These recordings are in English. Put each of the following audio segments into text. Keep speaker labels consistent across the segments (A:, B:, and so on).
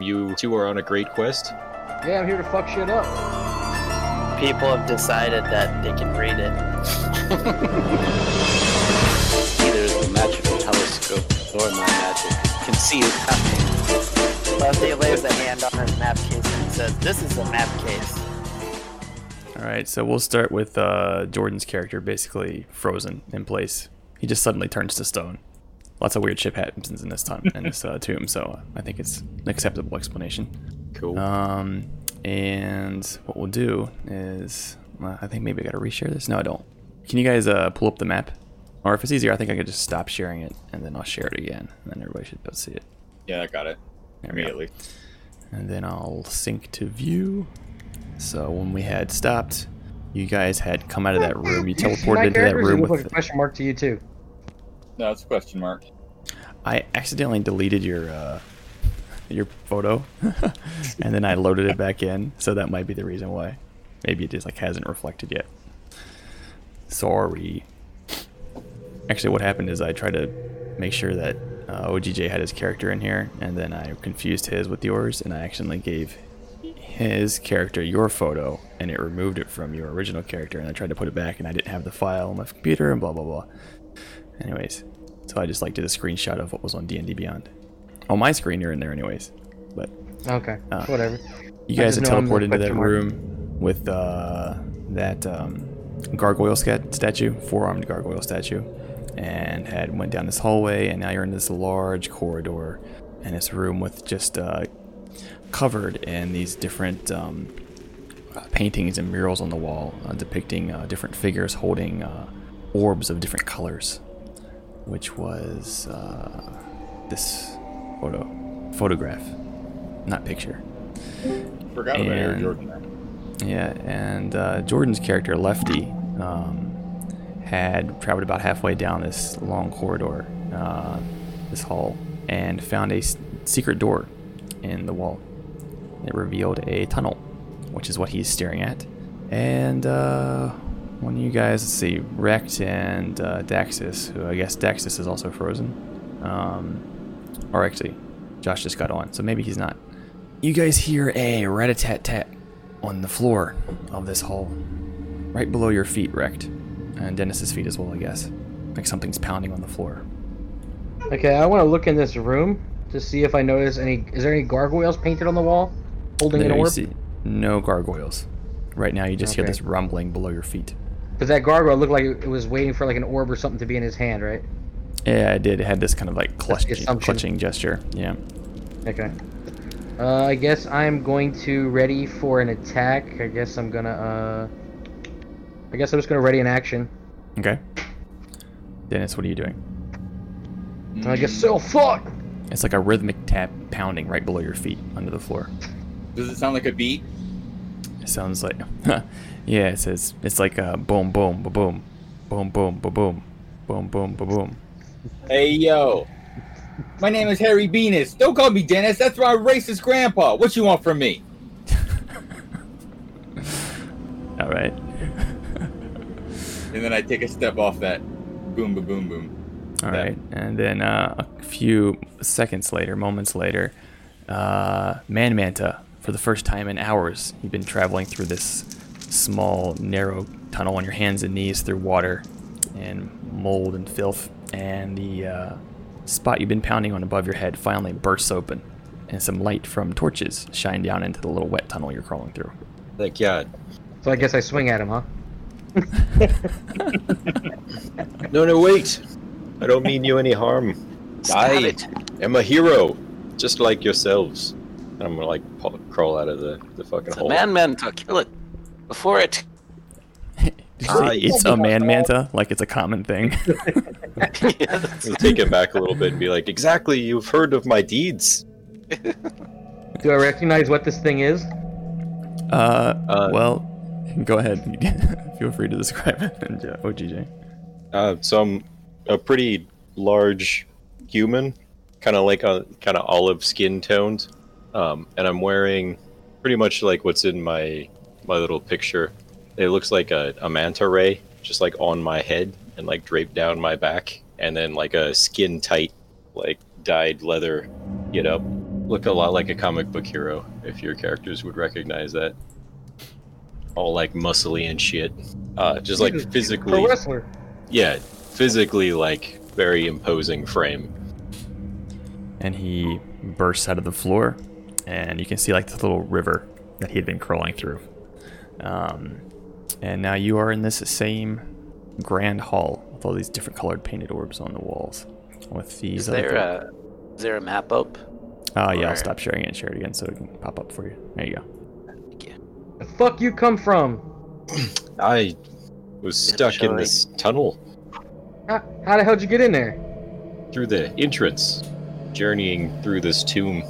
A: You two are on a great quest.
B: Yeah, I'm here to fuck shit up.
C: People have decided that they can read it.
D: Neither the magical telescope nor my magic can see it happening.
C: But he lays a hand on his map case and says, This is a map case.
E: All right, so we'll start with uh, Jordan's character basically frozen in place. He just suddenly turns to stone. Lots of weird shit happens in this time in this uh, tomb, so I think it's an acceptable explanation.
A: Cool.
E: Um, and what we'll do is, well, I think maybe I gotta reshare this. No, I don't. Can you guys uh, pull up the map? Or if it's easier, I think I could just stop sharing it and then I'll share it again, and then everybody should be able to see it.
A: yeah, I got it
E: There we go
A: immediately.
E: and then I'll sync to view. So when we had stopped, you guys had come out of that room. You teleported
B: My
E: into that
B: characters
E: room
B: look like
E: with.
B: a question mark to you too.
A: No, it's a question mark.
E: I accidentally deleted your uh, your photo, and then I loaded it back in. So that might be the reason why. Maybe it just like hasn't reflected yet. Sorry. Actually, what happened is I tried to make sure that uh, OGJ had his character in here, and then I confused his with yours, and I accidentally gave his character your photo, and it removed it from your original character, and I tried to put it back, and I didn't have the file on my computer, and blah blah blah. Anyways, so I just like did a screenshot of what was on D and D Beyond. On my screen, you're in there, anyways. But
B: Okay,
E: Ah.
B: whatever.
E: you
B: I
E: guys had
B: just know I'm the
E: teleported into that
B: question mark.
E: room with uh, that um, gargoyle scat- statue, four-armed gargoyle statue, and had went down this hallway, and now you're in this large corridor, and this room with just uh, covered in these different um, uh, paintings and murals on the wall uh, depicting uh, different figures holding uh, orbs of different colors, which was uh, this photo, photograph, not picture.
A: Forgot about Air
E: And-
A: Jordan. there.
E: Yeah, and uh, Jordan's character, Lefty, um, had traveled about halfway down this long corridor, uh, this hall, and found a s- secret door in the wall. It revealed a tunnel, which is what he's staring at. And uh, one of you guys, let's see, Rex and uh, Daxis, who I guess Daxis is also frozen. Um, or actually, Josh just got on, so maybe he's not. You guys hear a rat a tat tat on the floor of this hall, right below your feet, wrecked, and Dennis's feet as well, I guess. Like something's pounding on the floor.
B: Okay, I want to look in this room to see if I notice any. Is there any gargoyles painted on the wall, holding an
E: There you
B: orb?
E: see- no gargoyles. Right now, you just hear
B: Okay.
E: this rumbling below your feet.
B: But that gargoyle looked like it was waiting for like an orb or something to be in his hand, right?
E: Yeah, it did. It had this kind of like clutch,
B: assumption.
E: clutching gesture. Yeah.
B: Okay. Uh, I guess I'm going to ready for an attack. I guess I'm gonna. Uh, I guess I'm just gonna ready an action.
E: Okay. Dennis, what are you doing?
B: And I guess so. Fuck.
E: It's like a rhythmic tap pounding right below your feet under the floor.
A: Does it sound like a beat?
E: It sounds like, yeah, it says it's like a boom, boom, ba boom, boom, boom, ba boom, boom, boom, ba boom.
A: Hey yo, my name is Harry Venus. Don't call me Dennis. That's my racist grandpa. What you want from me?
E: All right.
A: And then I take a step off that. Boom, boom, boom, boom.
E: All
A: that-
E: right, and then uh, a few seconds later, moments later, uh, Man Manta, for the first time in hours, you've been traveling through this small, narrow tunnel on your hands and knees through water and mold and filth, and the uh, spot you've been pounding on above your head finally bursts open, and some light from torches shine down into the little wet tunnel you're crawling through.
A: Thank God.
B: So I guess I swing at him, huh?
A: No, no, wait. I don't mean you any harm. I
D: it.
A: am a hero, just like yourselves. And I'm gonna like pa- crawl out of the, the fucking
D: It's a
A: hole.
D: man manta. Kill it. Before it.
E: Did you say Uh, it's a Man Manta, like it's a common thing.
A: I'm gonna take it back a little bit and be like, exactly. You've heard of my deeds.
B: Do I recognize what this thing is?
E: Uh,
A: Uh,
E: well, go ahead. Feel free to describe it. And, uh, OGJ.
A: Uh, so I'm a pretty large human, kind of like a kind of olive skin toned, um, and I'm wearing pretty much like what's in my my little picture. It looks like a, a manta ray, just like on my head and like draped down my back, and then like a skin tight, like dyed leather get up looked a lot like a comic book hero, if your characters would recognize that. All like muscly and shit. Uh, just like
B: Jesus, Pro
A: physically,
B: wrestler.
A: yeah, physically like very imposing frame.
E: and he bursts out of the floor, and you can see like this little river that he had been crawling through. Um, and now you are in this same grand hall with all these different colored painted orbs on the walls. With these,
D: Is
E: other-
D: there a, is there a map up?
E: uh, yeah, I'll
D: or-
E: stop sharing it and share it again so it can pop up for you. There you go.
B: The fuck you come from?
A: I was stuck in
D: Actually-
A: this tunnel
B: How, how the hell did you get in there?
A: through the entrance, journeying through this tomb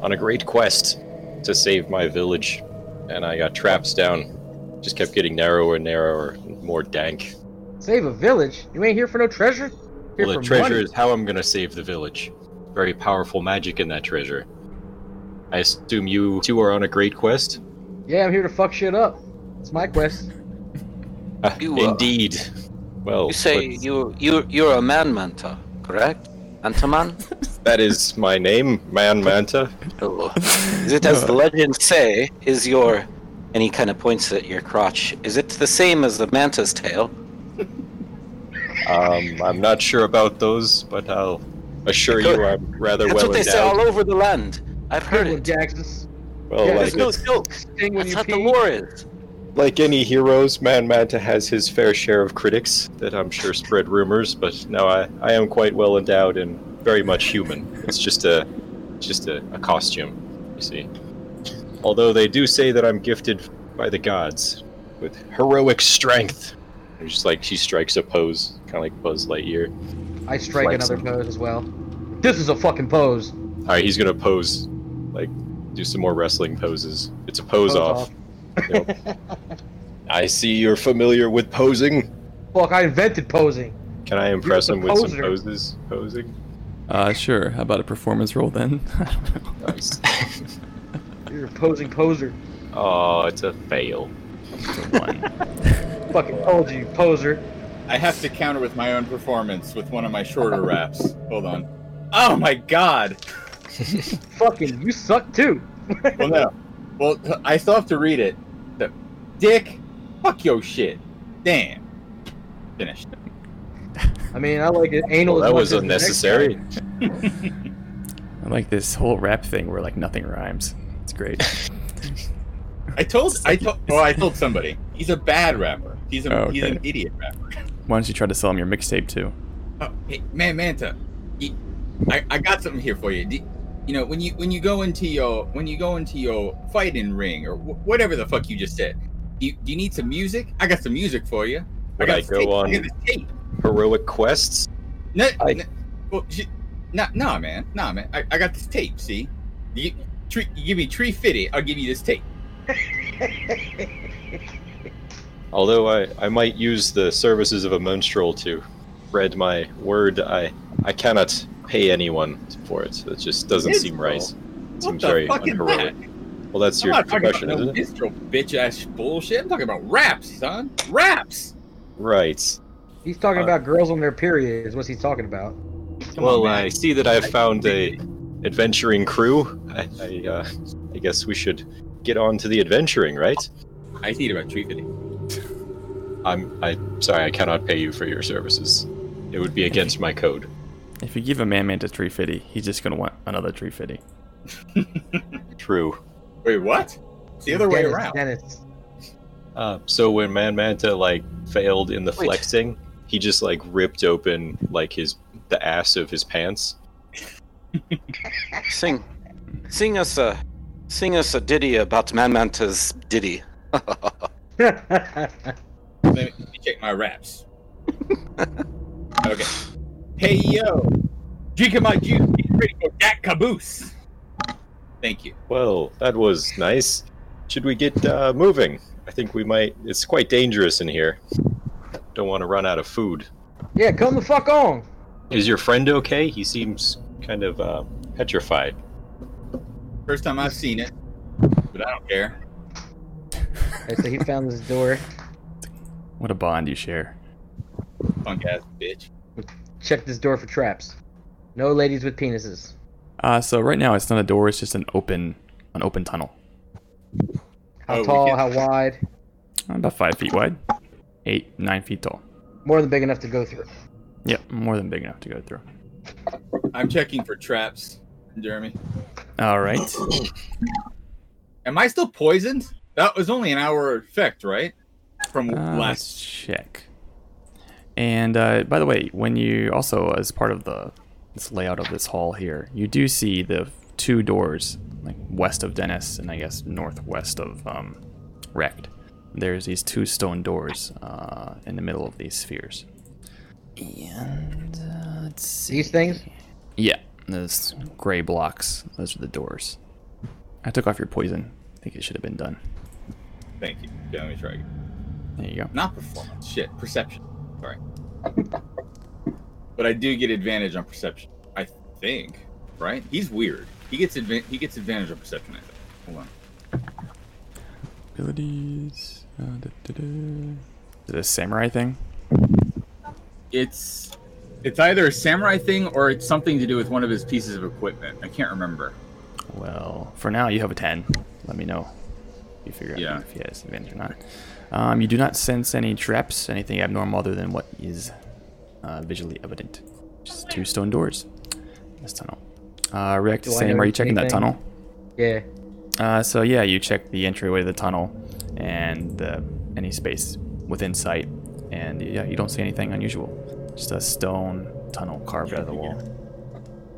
A: on a great quest to save my village, and I got trapped down. Just kept getting narrower and narrower, more dank.
B: Save a village? You ain't here for no treasure? Here
A: Well,
B: for
A: the treasure
B: money.
A: is how I'm gonna save the village. Very powerful magic in that treasure. I assume you two are on a great quest.
B: Yeah, I'm here to fuck shit up. It's my quest.
A: Ah,
D: You are.
A: Indeed. Well,
D: You say
A: but
D: you you you're a man manta, correct? Antaman?
A: that is my name, Man Manta.
D: Oh. Is it as the legends say? Is your and he kind of points at your crotch. Is it the same as the manta's tail?
A: Um, I'm not sure about those, but I'll assure you I'm rather
D: That's
A: well
D: what they say
A: endowed.
D: all over the land. I've heard
B: Good one,
D: it.
B: Jaxus.
A: Well,
B: Yeah,
A: like,
D: There's no
A: it-
D: silk.
B: Sting when
D: That's
B: you
D: what the
B: pee.
D: lore is.
A: like any heroes, Man Manta has his fair share of critics that I'm sure spread rumors. But no, I, I am quite well endowed and very much human. It's just a just a, a costume, you see. Although they do say that I'm gifted by the gods with heroic strength. And just like she strikes a pose, kind of like Buzz Lightyear.
B: I strike
A: Flex.
B: another pose as well. This is a fucking pose.
A: All right, he's gonna pose, like, do some more wrestling poses. It's a pose,
B: Pose
A: off. Yep. I see you're familiar with posing.
B: Fuck, I invented posing.
A: Can I impress
B: the
A: him with some
B: poser.
A: poses? Posing.
F: Uh, sure. How about a performance roll then?
A: Nice.
B: You're a posing poser.
A: oh, it's a fail.
B: Fucking told you, poser.
G: I have to counter with my own performance with one of my shorter raps. Hold on. Oh my god!
B: Fucking, you suck too.
G: Well, no. Well, I still have to read it. The- Dick, fuck your shit. Damn. Finished.
B: I mean, I like it. Anal.
A: Well,
B: as
A: that
B: much
A: was
B: as the next
A: unnecessary.
B: guy.
E: I like this whole rap thing where like nothing rhymes. It's great.
G: I told, I told, well, I told somebody. He's a bad rapper. He's a,
E: Oh,
G: he's
E: okay.
G: an idiot rapper.
E: Why don't you try to sell him your mixtape too?
G: Oh, hey, man, Manta, you- I, I got something here for you. Do- You know, when you when you go into your when you go into your fighting ring or wh- whatever the fuck you just said, do you, do you need some music? I got some music for you.
A: Would I
G: this
A: go
G: tape.
A: on-
G: I got this tape.
A: Heroic quests.
G: No,
A: I-
G: no, well, sh- nah, nah, man, nah, man. I, I got this tape. See, you, tree, you give me tree fitty, I'll give you this tape.
A: Although I, I might use the services of a minstrel to read my word, I I cannot pay anyone for it. That just doesn't seem
G: Minstrel?
A: right.
G: What
A: Seems
G: the
A: very
G: fuck is that?
A: unheroic. Well, that's
G: I'm
A: your
G: not talking
A: profession,
G: about
A: isn't
G: no
A: it?
G: distro bitch ass bullshit. I'm talking about raps, son. Raps.
A: Right.
B: He's talking
A: Uh,
B: about girls on their period. Is what he's talking about.
G: Come
A: well,
G: on, man.
A: I see that I've found a adventuring crew. I, I, uh, I guess we should get on to the adventuring, right?
G: I need about tree fitty.
A: I'm I sorry, I cannot pay you for your services. It would be against my code.
E: If you give a man man to tree fitty, he's just gonna want another tree fitty.
A: True.
G: Wait, what? It's the other way
B: Dennis,
G: around.
B: Dennis.
A: Uh, so when Man Manta like failed in the
D: Wait.
A: flexing, he just like ripped open like his the ass of his pants.
D: Sing, sing us a, sing us a ditty about man manta's ditty.
G: Let me check my raps. okay. Hey yo, drinking my juice, getting ready for that caboose. Thank you.
A: Well, that was nice. Should we get uh, moving? I think we might. It's quite dangerous in here. Don't want to run out of food.
B: yeah, come the fuck on.
A: Is your friend okay? He seems kind of uh, petrified.
G: First time I've seen it, but I don't care.
B: Okay, so he found this door.
E: What a bond you share.
G: Punk ass bitch.
B: Check this door for traps. No ladies with penises.
E: Uh, so right now it's not a door; it's just an open, an open tunnel,
B: How
G: Oh, we
B: tall?
G: can-
B: How wide?
E: about five feet wide, eight, nine feet tall.
B: More than big enough to go through.
E: Yep, more than big enough to go through.
G: I'm checking for traps, Jeremy.
E: All right.
G: Am I still poisoned? That was only an hour effect, right? From
E: Uh, let's
G: last.
E: check. And uh, by the way, when you also as part of the this layout of this hall here, you do see the two doors like west of Dennis and I guess northwest of um, Rect. There's these two stone doors uh, in the middle of these spheres. And uh, let's see.
B: These things.
E: Yeah, those gray blocks. Those are the doors. I took off your poison. I think it should have been done.
G: Thank you. Yeah, let me try again.
E: There you go.
G: Not performance. Shit, perception. Sorry. but I do get advantage on perception. I think, right? He's weird. He gets advan- he gets advantage on perception. I think. Hold on.
F: Abilities. Uh, da, da, da.
E: The samurai thing.
G: It's it's either a samurai thing or it's something to do with one of his pieces of equipment. I can't remember.
E: Well, for now you have a ten. Let me know if you figure out
G: Yeah.
E: if he has advantage or not. Um, you do not sense any traps, anything abnormal other than what is uh, visually evident. Just two stone doors. in This tunnel. Uh, React,
B: Do I
E: same. Are you
B: notice
E: checking that
B: anything?
E: tunnel?
B: Yeah.
E: Uh, so yeah, you check the entryway to the tunnel and the, any space within sight, and yeah, you don't see anything unusual. Just a stone tunnel carved out of the wall.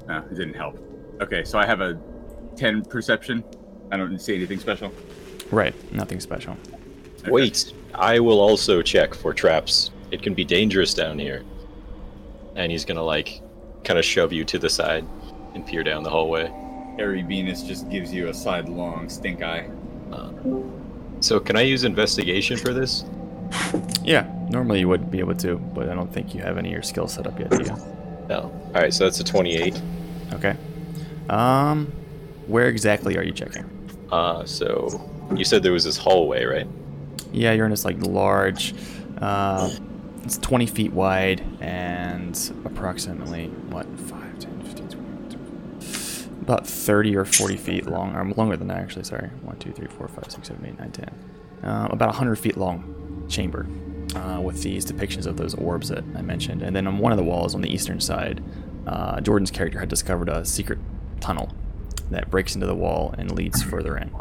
G: No, it didn't help. Okay, so I have a 10 perception. I don't see anything special.
E: Right, nothing special.
G: Okay.
A: Wait, I will also check for traps. It can be dangerous down here. And he's gonna like kind of shove you to the side and peer down the hallway.
G: Harry Venus just gives you a sidelong stink eye.
A: So can I use investigation for this?
E: Yeah, normally you would be able to, but I don't think you have any of your skills set up yet, do you?
A: No. All right, so that's a 28.
E: Okay. Um, where exactly are you checking?
A: Uh, so you said there was this hallway, right?
E: Yeah, you're in this like large, uh, it's 20 feet wide and approximately what 5, 10, 15, 20, 20, about 30 or 40 feet long. Or longer than that, actually. Sorry, 1, 2, 3, 4, 5, 6, 7, 8, 9, 10. Um, about 100 feet long chamber uh, with these depictions of those orbs that I mentioned. And then on one of the walls on the eastern side, uh, Jordan's character had discovered a secret tunnel that breaks into the wall and leads further in.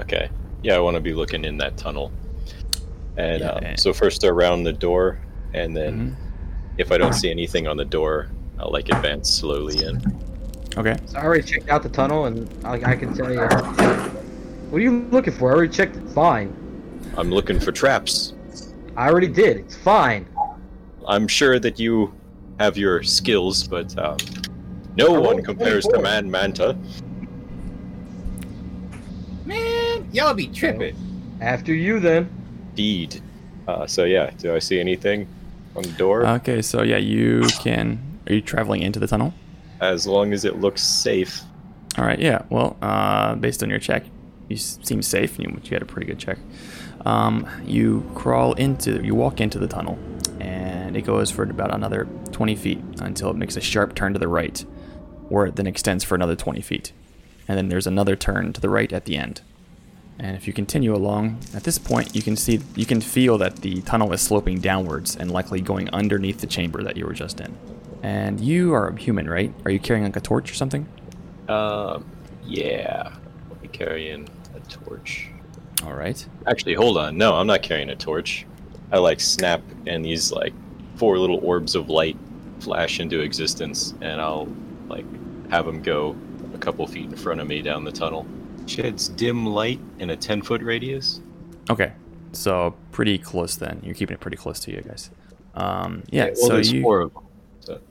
A: Okay. Yeah, I want to be looking in that tunnel. And
E: Yeah, Mm-hmm.
A: um,
E: and-
A: so first around the door, and then if I don't see anything on the door, I'll like advance slowly in.
E: Okay.
B: So I already checked out the tunnel, and I, I can tell you. What are you looking for? I already checked. It's fine.
A: I'm looking for traps.
B: I already did. It's fine.
A: I'm sure that you have your skills, but um, no
B: I
A: one
B: rolled
A: compares to
B: 24.
A: Man Manta.
G: Man, y'all be tripping.
B: After you, then.
A: Deed. Uh, so yeah, do I see anything on the door?
E: Okay, so yeah, you can. Are you traveling into the tunnel?
A: as long as it looks safe.
E: All right, yeah. Well, uh, based on your check, you s- seem safe. and You, you had a pretty good check. Um, you crawl into, you walk into the tunnel, and it goes for about another 20 feet until it makes a sharp turn to the right, where it then extends for another 20 feet. And then there's another turn to the right at the end. And if you continue along, at this point, you can see, you can feel that the tunnel is sloping downwards and likely going underneath the chamber that you were just in. And you are a human, right? Are you carrying like a torch or something?
A: Um, yeah. Let me carry in a torch.
E: All right.
A: Actually, hold on. No, I'm not carrying a torch. I like snap, and these like four little orbs of light flash into existence, and I'll like have them go a couple feet in front of me down the tunnel. Sheds dim light in a 10 foot radius.
E: Okay. So pretty close then. You're keeping it pretty close to you guys. Um, yeah.
A: well,
E: so
A: there's
E: you.
A: four of 'em.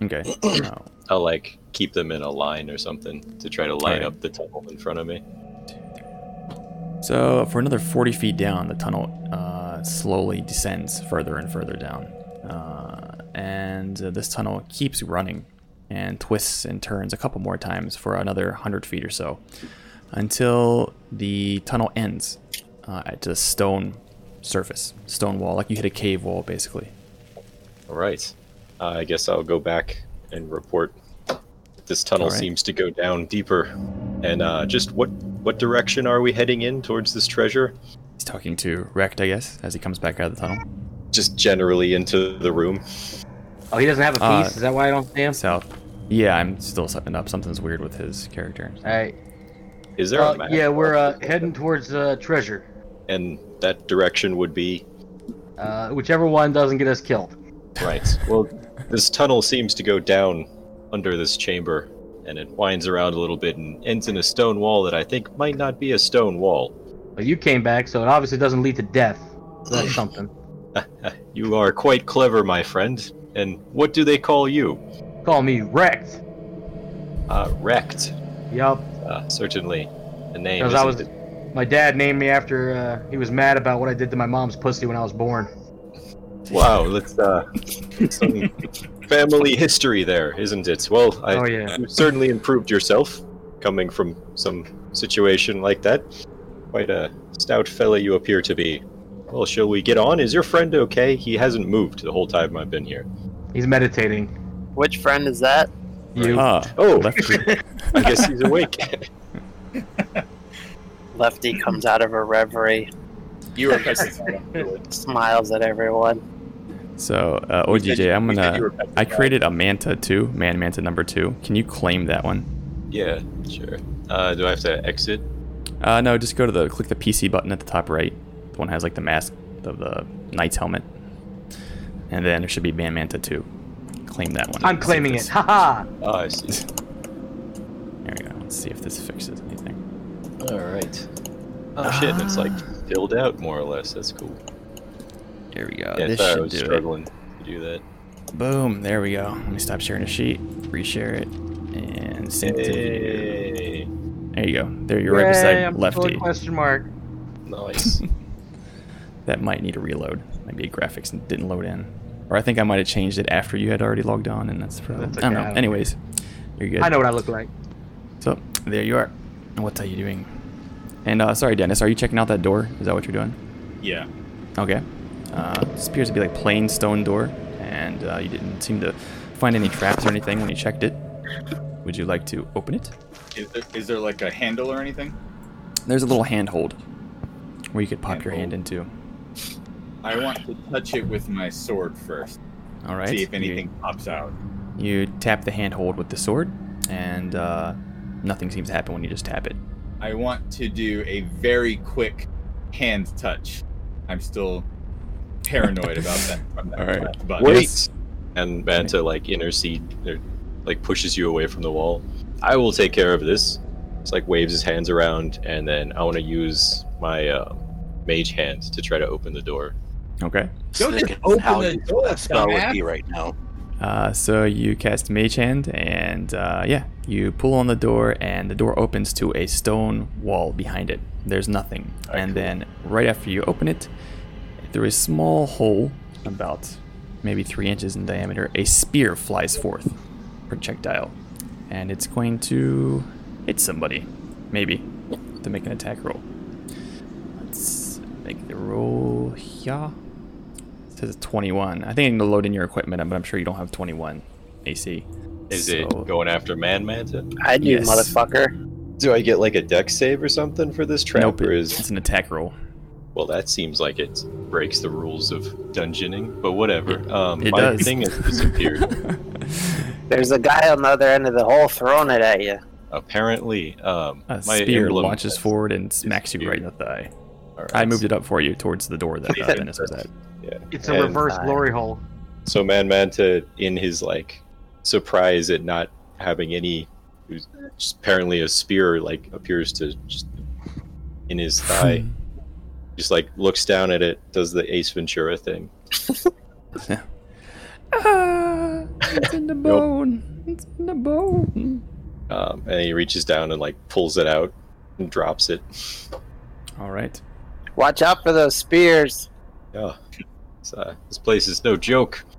E: Okay. Oh,
A: I'll like keep them in a line or something to try to light
E: Alright.
A: up the tunnel in front of me.
E: So for another 40 feet down, the tunnel uh, slowly descends further and further down, uh, and uh, this tunnel keeps running and twists and turns a couple more times for another 100 feet or so, until the tunnel ends uh, at a stone surface, stone wall, like you hit a cave wall basically.
A: Uh, All right. I guess I'll go back and report this tunnel
E: All right.
A: seems to go down deeper. And uh, just what what direction are we heading in towards this treasure?
E: He's talking to Rekt, I guess, as he comes back out of the tunnel.
A: Just generally into the room.
B: Oh, he doesn't have a
E: Uh,
B: piece. Is that why I don't see him?
E: South. Yeah, I'm still setting up. Something's weird with his character.
B: All right.
A: Is there a
B: Uh,
A: map?
B: yeah, we're uh, heading towards uh, treasure.
A: And that direction would be
B: Uh, whichever one doesn't get us killed.
A: right. Well, this tunnel seems to go down under this chamber, and it winds around a little bit and ends in a stone wall that I think might not be a stone wall.
B: But you came back, so it obviously doesn't lead to death. So that's something.
A: You are quite clever, my friend. And what do they call you?
B: Call me wrecked.
A: Uh, wrecked.
B: Yup.
A: Uh, certainly, the name.
B: Because I
A: isn't
B: was, my dad named me after uh, he was mad about what I did to my mom's pussy when I was born.
A: Wow, that's uh, some family history there, isn't it? Well, I,
B: oh yeah.
A: you certainly improved yourself coming from some situation like that. Quite a stout fella you appear to be. Well, shall we get on? Is your friend okay? He hasn't moved the whole time I've been here.
B: He's meditating.
C: Which friend is that?
B: You.
E: Ah,
A: Oh.
E: Lefty.
A: I guess he's awake.
C: Lefty comes out of a reverie,
G: You were pessimistic.
C: smiles at everyone.
E: So, uh,
G: You said you-
E: OGJ, I'm
G: you said you
E: gonna.
G: were pessimistic.
E: I created a manta too, man manta number two. Can you claim that one?
A: yeah, sure. Uh, do I have to exit?
E: Uh, no, just go to the click the PC button at the top right. The one that has like the mask of the knight's helmet, and then there should be man manta two. Claim that one.
B: I'm
E: Let's see if
B: claiming it.
E: this-
B: Haha.
A: Ah, I see.
E: There we go. Let's see if this fixes anything.
A: All right. Oh shit, it's like
B: Ah.
A: filled out more or less. That's cool.
E: There we go.
A: yeah,
E: this
A: sorry, I
E: should
A: was
E: do it.
A: struggling to do that.
E: Boom. There we go. Let me stop sharing the sheet. Reshare it. And sync to video.
A: Yay.
E: There you go. There you're right beside
B: Yay, I'm full of
E: lefty.
B: Question mark.
A: Nice.
E: That might need a reload. Maybe graphics didn't load in. Or I think I might have changed it after you had already logged on and that's the problem.
B: That's
E: I
B: okay,
E: don't
B: I
E: know.
B: don't-
E: Anyways, you're good.
B: I know what I look like.
E: So there you are. And What are you doing? And uh, sorry Dennis, are you checking out that door? Is that what you're doing?
F: Yeah.
E: Okay. Uh, this appears to be like plain stone door, and uh, you didn't seem to find any traps or anything when you checked it. Would you like to open it?
G: Is there, is there like a handle or anything?
E: There's a little handhold where you could pop your hand into.
G: I want to touch it with my sword first.
E: All right.
G: See if
E: You-
G: anything pops out.
E: You, tap the handhold with the sword, and uh, nothing seems to happen when you just tap it.
G: I want to do a very quick hand touch. I'm still paranoid about that. From that
E: All right.
G: But
A: Wait. And Manta like intercede or like pushes you away from the wall. I will take care of this. It's like waves his hands around, and then I want to use my uh, mage hand to try to open the door.
E: Okay.
G: Don't
D: Snick
G: just
D: is
G: open
D: how
G: the
D: you-
G: door,
D: That's not
G: dumbass.
D: would be right now.
E: Uh, so you cast Mage Hand, and uh, yeah, you pull on the door, and the door opens to a stone wall behind it. There's nothing. and then right after you open it, through a small hole, about maybe three inches in diameter, a spear flies forth, projectile, and it's going to hit somebody, maybe, to make an attack roll. Let's make the roll here. It says 21. I think I need to load in your equipment, but I'm sure you don't have 21 AC.
A: Is
E: So-
A: it going after Man Manta?
C: I do,
E: Yes.
C: motherfucker.
A: Do I get like a deck save or something for this trap?
E: Nope,
A: or
E: it-
A: is
E: it's an attack roll.
A: well, that seems like it breaks the rules of dungeoning, but whatever. um,
E: it
A: my
E: does.
A: thing has disappeared.
C: There's a guy on the other end of the hole throwing it at you.
A: Apparently, um,
E: A
A: my
E: spear
A: emblem
E: launches
A: has-
E: forward and smacks you
A: spear.
E: right in the thigh.
A: All right.
E: I moved it up for you towards the door that uh, Dennis was at.
B: It's a
A: And-
B: reverse glory hole.
A: So Man Manta, in his like surprise at not having any, just apparently a spear like appears to just in his
E: Hmm.
A: thigh, just like looks down at it, does the Ace Ventura thing.
E: Ah, it's in the bone. It's in the bone.
A: Um, and he reaches down and like pulls it out and drops it.
E: All right.
C: Watch out for those spears.
A: Yeah, It's, uh, this place is no joke.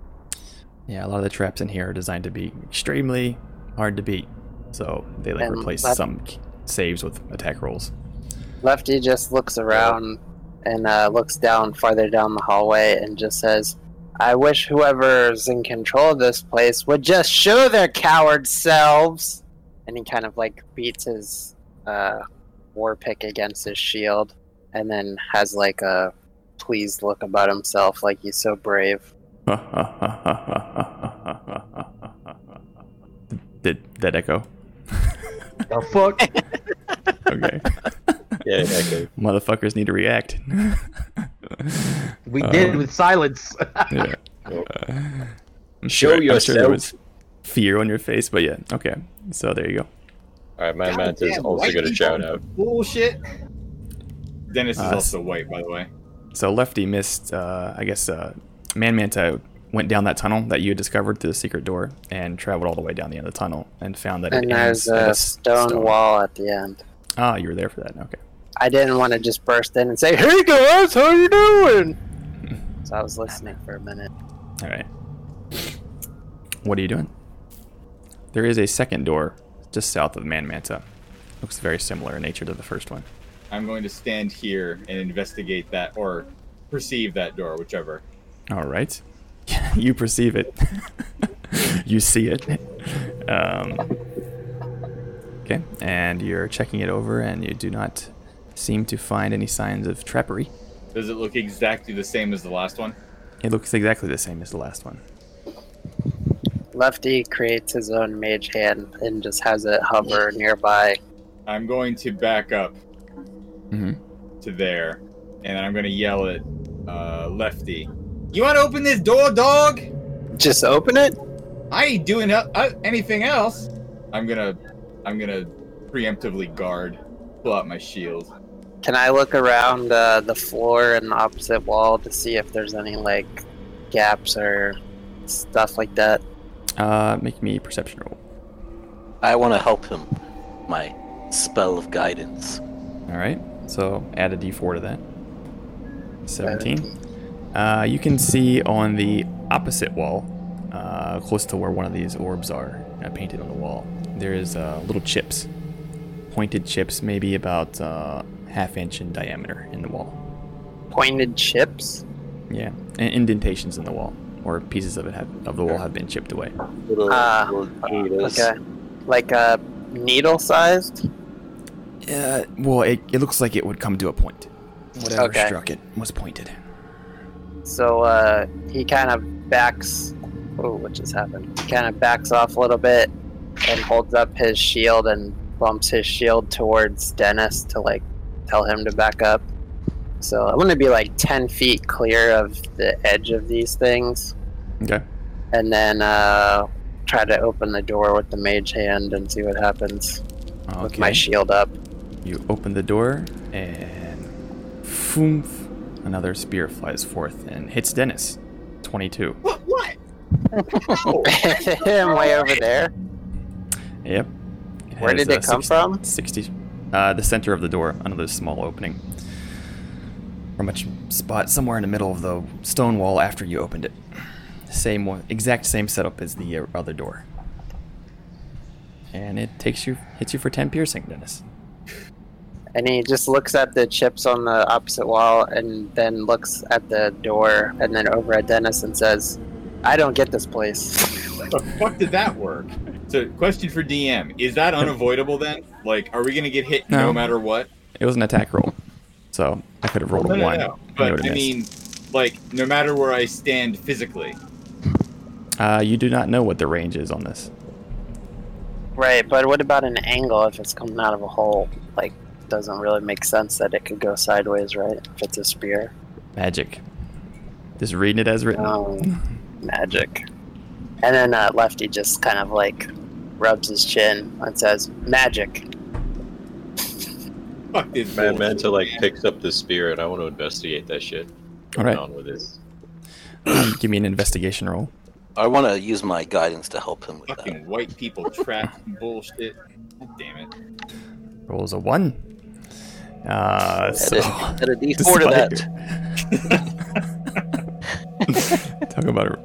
E: Yeah, a lot of the traps in here are designed to be extremely hard to beat. So they like
C: And
E: replace
C: that-
E: some k- saves with attack rolls.
C: Lefty just looks around and uh, looks down farther down the hallway and just says, I wish whoever's in control of this place would just show their coward selves. And he kind of like beats his uh, war pick against his shield and then has like a pleased look about himself, like he's so brave.
E: Did that echo?
B: The fuck?
E: Okay.
A: Yeah, okay.
E: Motherfuckers need to react.
B: We
E: Uh,
B: did with silence.
E: yeah.
A: Yep.
E: Uh, I'm
A: Show
E: sure, I'm sure there
A: yourself.
E: was fear on your face, but yeah. Okay. So there you go.
A: All right, my
G: Goddamn
A: Manta's also
G: white
A: going to
G: people.
A: shout out.
G: Bullshit. Dennis is
E: Uh,
G: also white, by the way.
E: So Lefty missed. Uh, I guess uh, Man Manta went down that tunnel that you had discovered through the secret door and traveled all the way down the end of the tunnel and found that
C: And
E: it
C: there's
E: ends at
C: a
E: s-
C: stone, wall at the end.
E: Ah, you were there for that. Okay.
C: I didn't want to just burst in and say, "Hey guys, how you doing?" So I was listening for a minute.
E: All right. What are you doing? There is a second door just south of Man Manta. Looks very similar in nature to the first one.
G: I'm going to stand here and investigate that or perceive that door, whichever.
E: All right. you perceive it. you see it. Um, okay, and you're checking it over, and you do not seem to find any signs of trappery.
G: Does it look exactly the same as the last one?
E: It looks exactly the same as the last one.
C: Lefty creates his own mage hand and just has it hover nearby.
G: I'm going to back up
E: Mhm.
G: to there, and I'm going to yell at uh, Lefty. You want to open this door, dog?
C: Just open it.
G: I ain't doing el- uh, anything else. I'm gonna, I'm gonna preemptively guard, pull out my shield.
C: Can I look around uh, the floor and the opposite wall to see if there's any like gaps or stuff like that?
E: Uh, make me a perception roll.
D: I want to help him. My spell of guidance.
E: All right. So add a d4 to that. 17. Uh, you can see on the opposite wall, uh, close to where one of these orbs are uh, painted on the wall, there is uh, little chips, pointed chips, maybe about uh, half inch in diameter in the wall.
C: Pointed chips.
E: Yeah, and indentations in the wall, or pieces of it have, of the wall have been chipped away.
D: Little,
C: Ah,
D: little needles.
C: Okay, like uh, needle sized.
E: Uh, well, it, it looks like it would come to a point. Whatever
C: Okay.
E: struck it was pointed.
C: So uh, he kind of backs. Oh, what just happened? He kind of backs off a little bit and holds up his shield and bumps his shield towards Dennis to like tell him to back up. So I'm gonna be like ten feet clear of the edge of these things,
E: Okay.
C: and then uh, try to open the door with the mage hand and see what happens
E: okay.
C: with my shield up.
E: You open the door, and foomf, another spear flies forth and hits Dennis. 22.
G: What? What?
C: Him way over there.
E: Yep.
C: Where
E: has,
C: did it
E: uh,
C: come
E: 60
C: from?
E: 60. Uh, the center of the door, another small opening. From a ch- spot somewhere in the middle of the stone wall after you opened it. Same one, exact same setup as the uh, other door. And it takes you, hits you for 10 piercing, Dennis.
C: and he just looks at the chips on the opposite wall and then looks at the door and then over at Dennis and says, I don't get this place.
G: The fuck did that work? So, question for DM: Is that unavoidable then? Like, are we gonna get hit no,
E: No.
G: matter what?
E: It was an attack roll, so I could have rolled
G: No,
E: a
G: no,
E: one. and
G: no.
E: it
G: But
E: would've
G: I
E: missed.
G: mean, like, no matter where I stand physically.
E: Uh, you do not know what the range is on this.
C: right, but what about an angle if it's coming out of a hole? Like, doesn't really make sense that it could go sideways, right? If it's a spear.
E: Magic. Just reading it as written.
C: Um, magic. And then uh, Lefty just kind of like rubs his chin and says, Magic.
G: Fuck this
A: Man
G: bullshit,
A: Manta like
G: man.
A: picks up the spear, and I want to investigate that shit.
E: All
A: Going
E: right.
A: on with this.
E: Give me an investigation roll.
D: I want to use my guidance to help him with that.
G: Fucking white people trap bullshit. God damn it.
E: Rolls a one. Uh,
D: Add
E: so
D: a, add a d4 to
E: despite-
D: that.
E: Talk about a,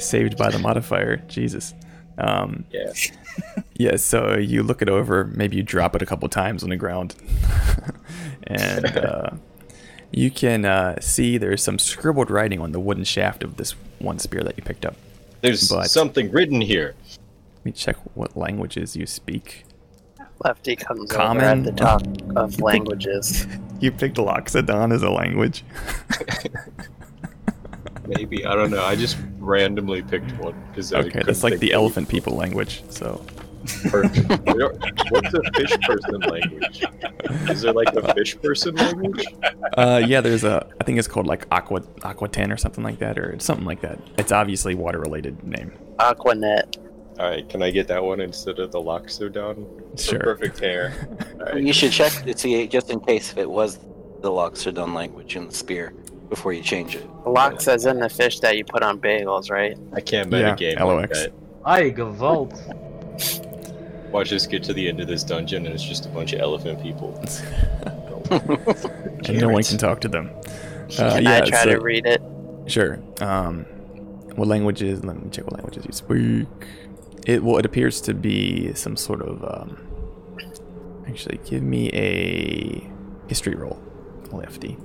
E: saved by the modifier. Jesus. Um,
A: Yeah.
E: yeah. So you look it over. Maybe you drop it a couple times on the ground, and uh, you can uh, see there's some scribbled writing on the wooden shaft of this one spear that you picked up.
A: There's
E: But-
A: something written here.
E: Let me check what languages you speak.
C: Lefty comes
E: Common.
C: over at the top of languages.
E: You picked Loxodon as a language.
A: Maybe I don't know. I just randomly picked one because
E: Okay, that's like the elephant people language. So
A: What's a fish person language? Is there like a fish person language?
E: uh, yeah, there's a. I think it's called like Aqua Aquatan or something like that, or something like that. It's obviously water related name.
C: Aquanet.
A: All right, can I get that one instead of the loxodon?
E: Sure.
A: Perfect hair. All right.
D: You should check to see just in case if it was the Loxodon language in the spear before you change it.
C: Lox says in the fish that you put on bagels, right?
A: I can't bet
E: Yeah,
A: a game like
E: LOX.
A: that.
B: I gavolt.
A: Watch us get to the end of this dungeon, and it's just a bunch of elephant people.
E: and no one can talk to them. Uh,
C: Can
E: yeah,
C: I try
E: so-
C: to read it?
E: Sure. Um, what languages? Let me check what languages you speak. It well, it appears to be some sort of. Um, actually, give me a history roll, E lefty.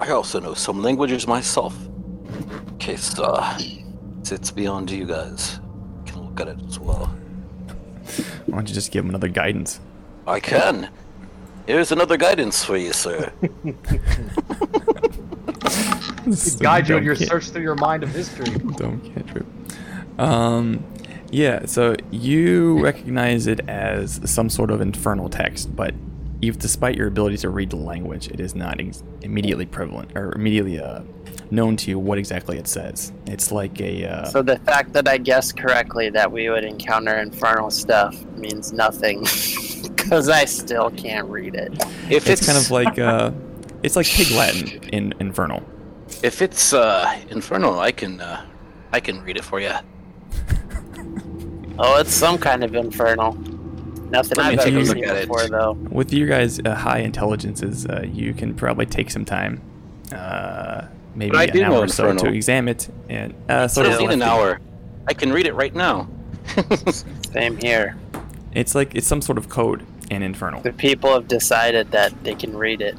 D: I also know some languages myself. In case uh, it's beyond you guys, you can look at it as well.
E: Why don't you just give him another guidance?
D: I can. Here's another guidance for you, sir.
E: So
B: Guide you in
E: dumb
B: your
E: kid.
B: search through your mind of history.
E: Dumb cantrip. Um, yeah. So you recognize it as some sort of infernal text, but if despite your ability to read the language, it is not ex- immediately prevalent or immediately uh, known to you what exactly it says. It's like a uh,
C: So the fact that I guessed correctly that we would encounter infernal stuff means nothing, because I still can't read it.
D: If
E: it's, kind of like uh, it's like pig Latin in infernal.
D: if it's uh, infernal, I can uh, I can read it for you.
C: Oh, it's some kind of infernal. Nothing
D: Let me
C: I've
D: take a
C: ever
D: look
C: seen
D: at it.
C: before, though.
E: With you guys' uh, high intelligences, uh, you can probably take some time, uh, maybe
D: I
E: an
D: do know
E: hour or so, to
D: infernal.
E: examine it. And uh, so
D: But
E: does
D: it's in an
E: Lefty.
D: hour. I can read it right now.
C: Same here.
E: It's like it's some sort of code in infernal.
C: The people have decided that they can read it.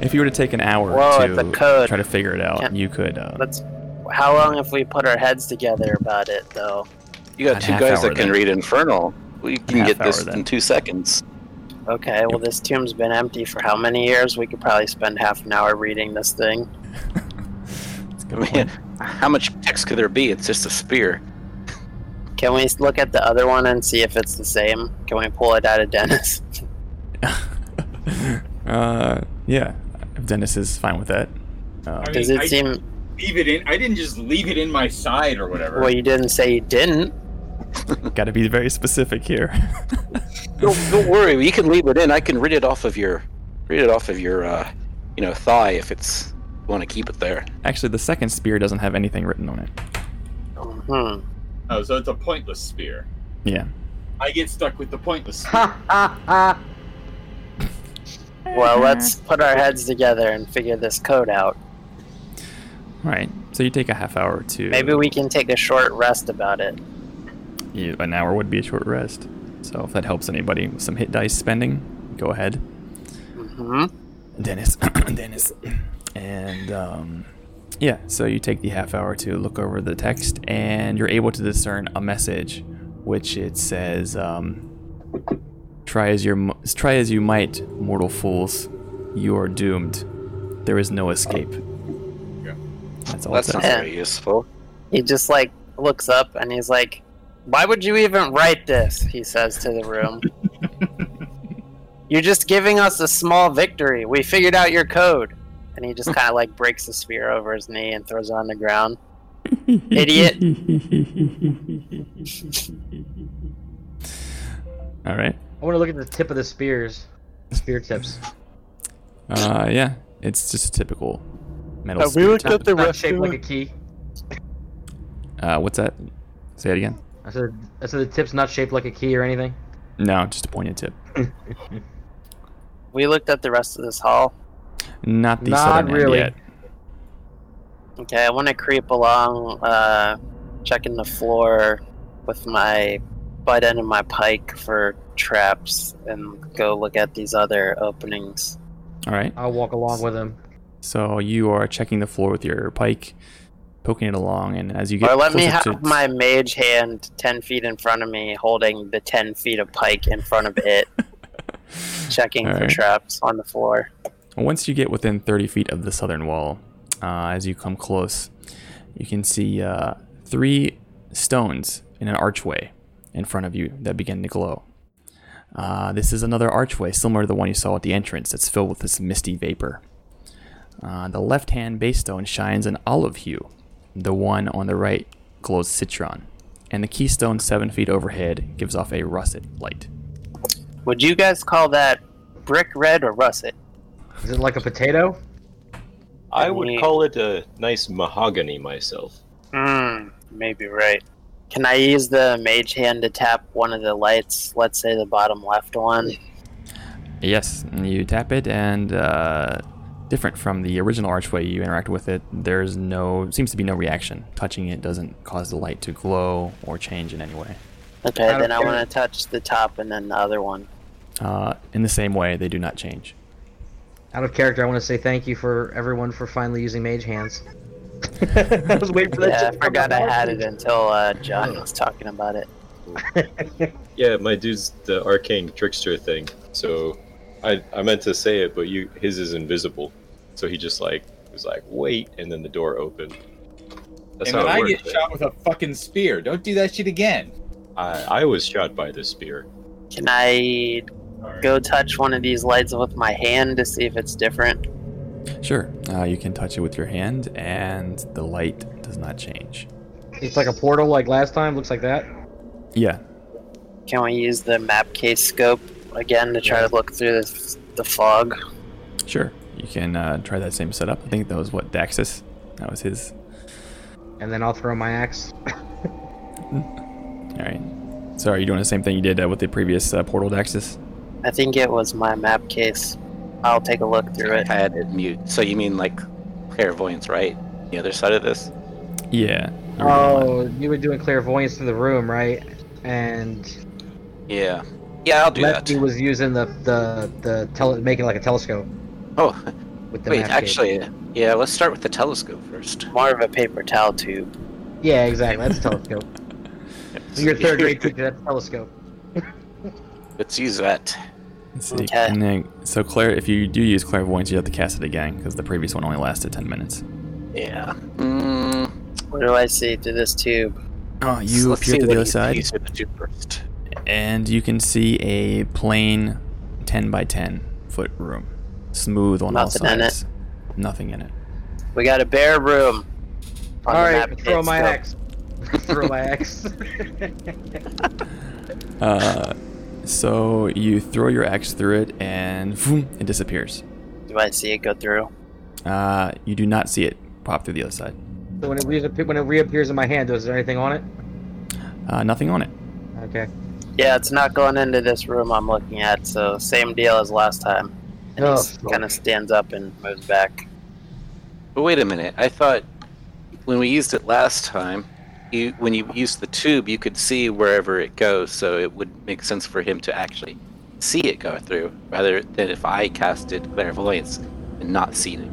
E: If you were to take an hour
C: Whoa, it's a
E: to
C: code.
E: try to figure it out,
C: Can't-
E: you could. Uh,
C: Let's. How long have we put our heads together about it, though?
D: You got
E: An
D: two
E: half
D: guys
E: hour
D: that can
E: then.
D: read infernal. We can
E: half
D: get this
E: hour then.
D: in two seconds.
C: Okay, well, this tomb's been empty for how many years? We could probably spend half an hour reading this thing.
E: it's
D: I
E: good
D: mean,
E: point.
D: how much text could there be? It's just a spear.
C: Can we s- look at the other one and see if it's the same? Can we pull it out of Dennis?
E: uh, yeah, if Dennis is fine with that. Uh,
G: I mean,
C: Does it
G: I-
C: seem?
G: Leave it in. I didn't just leave it in my side or whatever.
C: Well, you didn't say you didn't.
E: Got to be very specific here.
D: Don't, don't worry, you can leave it in. I can read it off of your, read it off of your, uh, you know, thigh if it's you want to keep it there.
E: Actually, the second spear doesn't have anything written on it.
C: Hmm.
G: oh, so it's a pointless spear.
E: Yeah.
G: I get stuck with the pointless. Spear.
B: Ha ha ha.
C: Well, let's put our heads together and figure this code out.
E: All right. So you take a half hour to.
C: Maybe we can take a short rest about it.
E: Yeah, an hour would be a short rest. So if that helps anybody with some hit dice spending, go ahead.
C: hmm
E: Dennis, Dennis, and um, yeah. So you take the half hour to look over the text, and you're able to discern a message, which it says, um, "Try as your mo- try as you might, mortal fools, you are doomed. There is no escape."
G: Yeah.
E: That's all.
D: That's
E: it
D: not
E: says.
C: Yeah.
D: very useful.
C: He just like looks up and he's like, "Why would you even write this?" He says to the room. You're just giving us a small victory. We figured out your code. And he just kind of like breaks the spear over his knee and throws it on the ground. Idiot.
E: All right.
B: I want to look at the tip of the spears. Spear tips.
E: Uh, yeah. It's just a typical metal.
C: Uh, we
E: spear
C: looked
E: tip.
C: up the
B: Not
C: rest
B: shaped
C: of
B: like a
C: it.
B: key.
E: Uh, what's that? Say it again.
B: I said, I said the tip's not shaped like a key or anything.
E: No, just a pointed tip.
C: We looked at the rest of this hall.
E: Not the
B: Not
E: southern end
B: really.
E: yet.
C: Okay, I want to creep along, uh, checking the floor with my butt end of my pike for traps and go look at these other openings.
E: All right.
B: I'll walk along with him.
E: So you are checking the floor with your pike, poking it along, and as you get
C: or let me
E: closer
C: have
E: to-
C: my mage hand 10 feet in front of me holding the 10 feet of pike in front of it, checking for
E: Alright.
C: traps on the floor.
E: Once you get within 30 feet of the southern wall, uh, as you come close, you can see uh, three stones in an archway in front of you that begin to glow. Uh, this is another archway similar to the one you saw at the entrance that's filled with this misty vapor. Uh, the left hand base stone shines an olive hue. The one on the right glows citron. And the keystone seven feet overhead gives off a russet light.
C: Would you guys call that brick red or russet?
B: Is it like a potato?
A: I
C: Can we-
A: would call it a nice mahogany myself.
C: Hmm, maybe right. Can I use the mage hand to tap one of the lights? Let's say the bottom left one.
E: Yes, you tap it, and uh, different from the original archway you interact with it, there's no seems to be no reaction. Touching it doesn't cause the light to glow or change in any way.
C: Okay,
B: Out of
C: then I
B: here.
C: want to touch the top and then the other one.
E: Uh, in the same way, they do not change.
B: Out of character, I want to say thank you for everyone for finally using mage hands. I was waiting for that.
C: Yeah,
B: shit to come
C: I forgot I
B: out.
C: had it until uh, John was talking about it.
A: Yeah, my dude's the arcane trickster thing. So I I meant to say it, but you his is invisible. So he just like was like wait, and then the door opened. That's
G: and
A: how it
G: then I
A: worked.
G: get shot with a fucking spear. Don't do that shit again.
A: I, I was shot by the spear.
C: Can I go touch one of these lights with my hand to see if it's different?
E: Sure, uh, you can touch it with your hand, and the light does not change.
B: It's like a portal, like last time. Looks like that.
E: Yeah,
C: Can we use the map case scope again to try to look through the, the fog?
E: sure. You can uh, try that same setup. I think that was what Daxus. That was his.
B: And then I'll throw my axe.
E: All right. So are you doing the same thing you did uh, with the previous uh, portal, Daxus?
C: I think it was my map case. I'll take a look through it.
D: I had it mute. So you mean like clairvoyance, right? The other side of this?
E: Yeah.
B: Oh, you were doing clairvoyance in the room, right? And
D: Yeah. Yeah, I'll do
B: Lefty
D: that.
B: was using the the the tele- making like a telescope
D: Oh,
B: with the
D: wait,
B: map shape.
D: actually, yeah, let's start with the telescope first.
C: More of a paper towel tube.
B: Yeah, exactly. That's a telescope. Your third grade teacher. That's a telescope.
D: Let's use that.
E: Let's see.
C: Okay.
E: And then- so Claire, if you do use clairvoyance, you have to cast it again because the previous one only lasted ten minutes.
D: Yeah. Mm,
C: What do I see through this tube?
E: Oh, you
D: let's
E: appear
D: see
E: to
D: what
E: the other
D: you-
E: side,
D: You said the two first.
E: and you can see a plain ten by ten foot room, smooth on all
C: Nothing in it.
E: sides. Nothing in it.
C: We got a bare room. on the
B: All
C: map
B: right, throw
C: case
B: my
C: scope.
B: axe. throw my axe.
E: Uh, so you throw your axe through it, and vroom, it disappears.
C: Do I see it go through?
E: Uh, you do not see it pop through the other side.
B: so when it reappe- when it reappears in my hand, is there anything on it?
E: Uh, nothing on it.
B: Okay.
C: Yeah, it's not going into this room I'm looking at, so same deal as last time. And
B: Oh,
C: he kind of stands up and moves back.
D: But wait a minute. I thought when we used it last time, you when you used the tube, you could see wherever it goes, so it would make sense for him to actually see it go through, rather than if I casted clairvoyance and not seen it.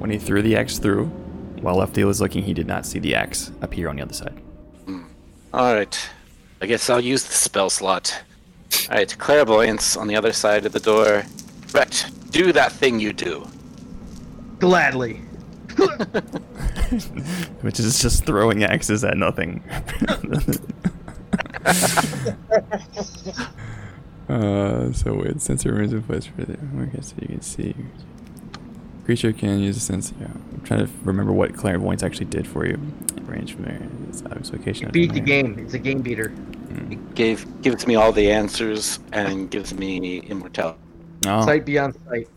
E: When he threw the axe through, while Lefty was looking, he did not see the axe appear on the other side.
D: All right. I guess I'll use the spell slot. All right, clairvoyance on the other side of the door. Rex, do that thing you do.
B: Gladly.
E: which is just throwing axes at nothing.
F: Uh, so wait, sensor remains in place for the. Okay, so you can see. Creature can use a sense. Yeah, I'm trying to remember what clairvoyance actually did for you. Range from there. It's obvious location. of
B: Beat the
E: familiar.
B: game. It's a game beater.
D: Gave gives me all the answers and gives me immortality.
E: Oh,
B: Sight beyond sight.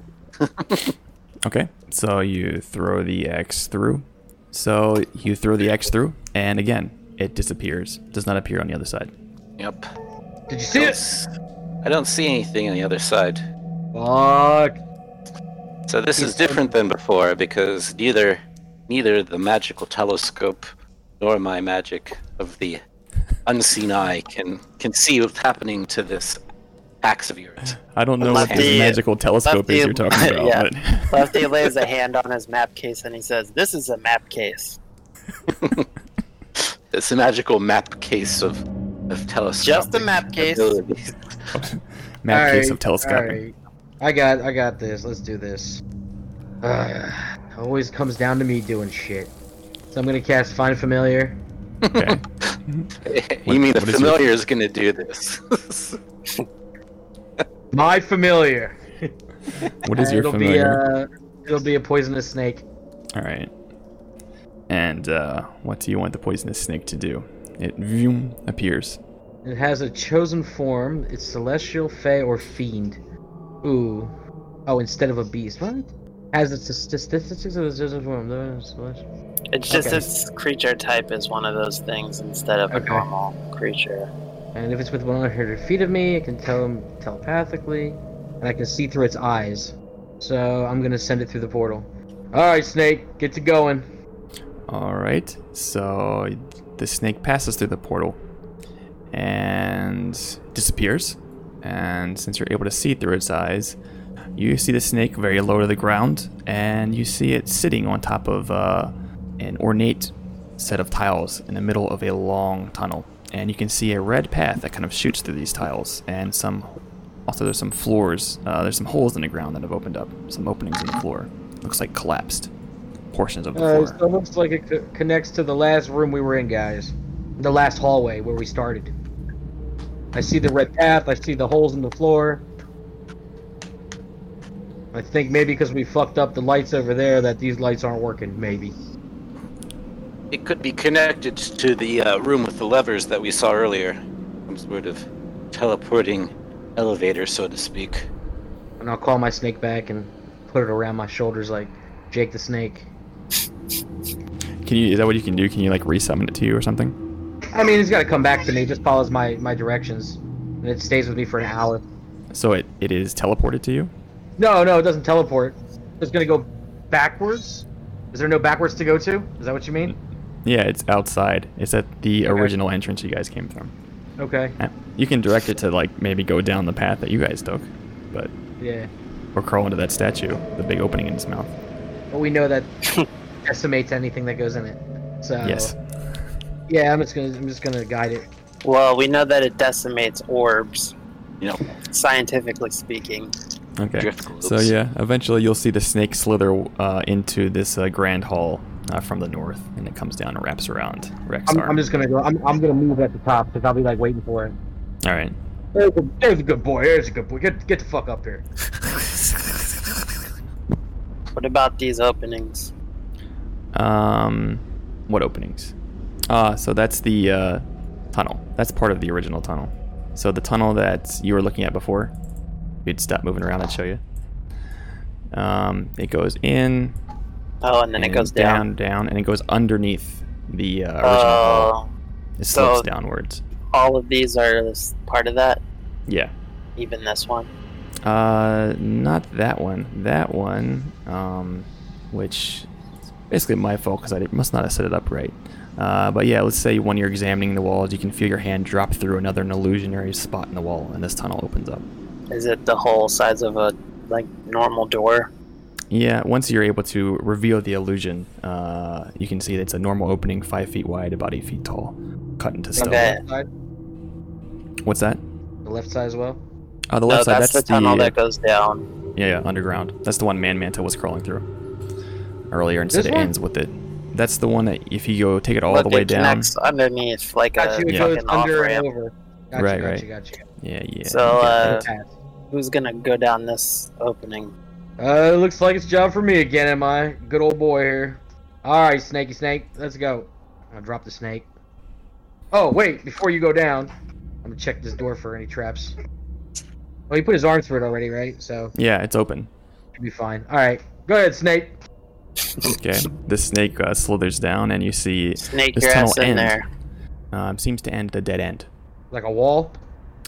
E: Okay, so you throw the axe through. So you throw the axe through, and again, it disappears. Does not appear on the other side.
D: Yep.
B: Did you see
D: Don't
B: it?
D: s- I don't see anything on the other side.
B: Fuck.
D: So this is different than before because neither neither the magical telescope nor my magic of the unseen eye can can see what's happening to this axe of yours.
E: I don't know what
C: Lefty-
E: this magical telescope is
C: Lefty-
E: you're talking about.
C: yeah.
E: but-
C: Lefty lays a hand on his map case and he says, This is a map case.
D: It's a magical map case of of telescope.
C: Just a map case.
E: map case
B: Alright,
E: of telescoping.
B: alright. I got I got this. Let's do this. Ugh, always comes down to me doing shit. So I'm gonna cast Find Familiar.
E: Okay.
D: you mean the
E: What is your-
D: familiar is going to do this?
B: My familiar. Uh,
E: What is your
B: it'll
E: familiar?
B: Be a, it'll be a poisonous snake.
E: All right. And uh, what do you want the poisonous snake to do? It vroom, appears.
B: It has a chosen form. It's celestial, fey, or fiend. Ooh. Oh, instead of a beast. What? Has its statistics of its chosen form. uh, celestial-
C: It's just
B: Okay.
C: its creature type is one of those things instead of
B: Okay.
C: a normal creature.
B: And if it's within 100 feet of me, I can tell him telepathically, and I can see through its eyes. So I'm gonna send it through the portal. All right, snake, get to going.
E: All right. So the snake passes through the portal and disappears. And since you're able to see through its eyes, you see the snake very low to the ground, and you see it sitting on top of uh, an ornate set of tiles in the middle of a long tunnel. And you can see a red path that kind of shoots through these tiles, and some also there's some floors, uh, there's some holes in the ground that have opened up, some openings in the floor. Looks like collapsed portions of the
B: Uh,
E: floor.
B: so it looks like it co- connects to the last room we were in, guys. The last hallway where we started. I see the red path. I see the holes in the floor. I think maybe because we fucked up the lights over there that these lights aren't working. Maybe.
D: it could be connected to the uh, room with the levers that we saw earlier. Some sort of teleporting elevator, so to speak.
B: And I'll call my snake back and put it around my shoulders like Jake the Snake.
E: Can you? Is that what you can do? Can you like resummon it to you or something?
B: I mean, he's got to come back to me. Just follows my my directions, and it stays with me for an hour.
E: So it, it is teleported to you.
B: No, no, it doesn't teleport. It's gonna go backwards. Is there no backwards to go to? Is that what you mean?
E: Mm. Yeah, it's outside. It's at the
B: Okay.
E: original entrance you guys came from.
B: Okay.
E: Eh, You can direct it to like maybe go down the path that you guys took, but
B: Yeah.
E: or crawl into that statue, the big opening in its mouth.
B: But we know that estimates anything that goes in it. So
E: Yes.
B: Yeah, I'm just gonna I'm just gonna guide it.
C: Well, we know that it decimates orbs,
D: You know,
C: scientifically speaking.
E: Okay.
D: drift
E: So
D: globes.
E: yeah, eventually you'll see the snake slither uh, into this uh, grand hall uh, from the north, and it comes down and wraps around Rex.
B: I'm,
E: arm.
B: I'm just gonna go. I'm, I'm gonna move at the top because I'll be like waiting for it.
E: All right.
B: There's a, there's a good boy. There's a good boy. Get get the fuck up here.
C: What about these openings?
E: Um, what openings? Ah, so that's the uh, tunnel. That's part of the original tunnel. So the tunnel that you were looking at before, you'd stop moving around and show you. Um, it goes in
C: Oh, and then it
E: and
C: goes down.
E: down, down, and it goes underneath the uh, original.
C: Oh,
E: hall. it
C: so-
E: slopes downwards.
C: all of these are this part of that,
E: Yeah.
C: even this one.
E: Uh, not that one. That one, um, which is basically my fault because I did- must not have set it up right. Uh, but yeah, let's say when you're examining the walls, you can feel your hand drop through another an illusionary spot in the wall, and this tunnel opens up.
C: Is it the whole size of a like normal door?
E: Yeah, once you're able to reveal the illusion, uh, you can see that it's a normal opening, five feet wide, about eight feet tall, cut into stone.
C: Okay.
B: Side,
E: What's that?
B: the left side as well.
E: Oh, the
C: No,
E: left side.
C: that's,
E: That's,
C: the tunnel that goes down.
E: Yeah, yeah, underground. That's the one Man Manta was crawling through earlier and said
B: This
E: it
B: one?
E: ends with it. That's the one that if you go take it all
C: Look,
E: the way
C: it
E: down.
C: connects underneath like
B: Got
C: a
B: you. It
E: yeah.
B: goes
C: fucking off
B: under uh, and
C: ramp.
B: over. Got
E: Right,
B: you, got
E: right.
B: You, got you. got
E: Yeah, yeah.
C: So
E: you get
C: uh,
E: it.
B: you.
C: who's gonna go down this opening?
B: Uh, it looks like it's job for me again, am I? Good old boy here. Alright, snaky snake, let's go. I'll drop the snake. Oh, wait, before you go down, I'm gonna check this door for any traps. Well, he put his arms through it already, right? So,
E: yeah, it's open.
B: should be fine. Alright, go ahead, snake.
E: Okay. the snake uh, slithers down, and you see
C: Snake
E: This
C: your
E: tunnel
C: ass in
E: ends.
C: there.
E: um, seems to end at a dead end,
B: Like a wall?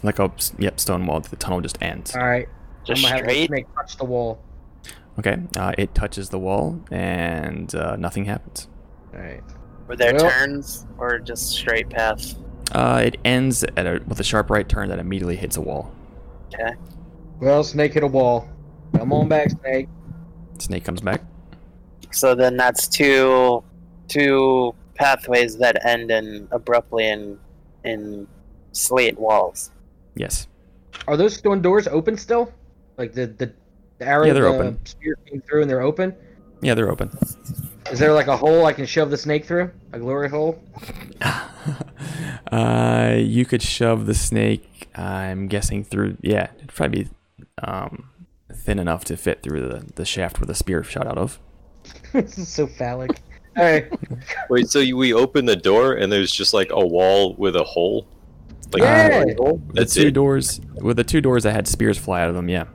E: like a s- yep stone wall. The tunnel just ends.
B: Alright, I'm
C: Just
B: gonna have the
C: straight.
B: snake touch the wall.
E: Okay. Uh, it touches the wall, and uh, nothing happens.
B: Alright.
C: Were there
B: Well-
C: turns or just straight path?
E: Uh, it ends at a, with a sharp right turn that immediately hits a wall.
B: Well, snake hit a wall. Come on back, snake.
E: Snake comes back.
C: So then that's two two pathways that end in abruptly in in slate walls.
E: Yes.
B: Are those stone doors open still? Like the the, the arrow,
E: Yeah, they're
B: the
E: open.
B: spear came through and they're open.
E: Yeah, they're open.
B: Is there like a hole I can shove the snake through? A glory hole?
E: uh, you could shove the snake. I'm guessing through. Yeah, it'd probably be um, thin enough to fit through the, the shaft where the spear shot out of.
B: this is so phallic. All right.
A: Wait, so you, we open the door and there's just like a wall with a hole? Like,
B: Yeah.
A: That's
E: the two
A: it?
E: doors. Well, the two doors that had spears fly out of them. Yeah.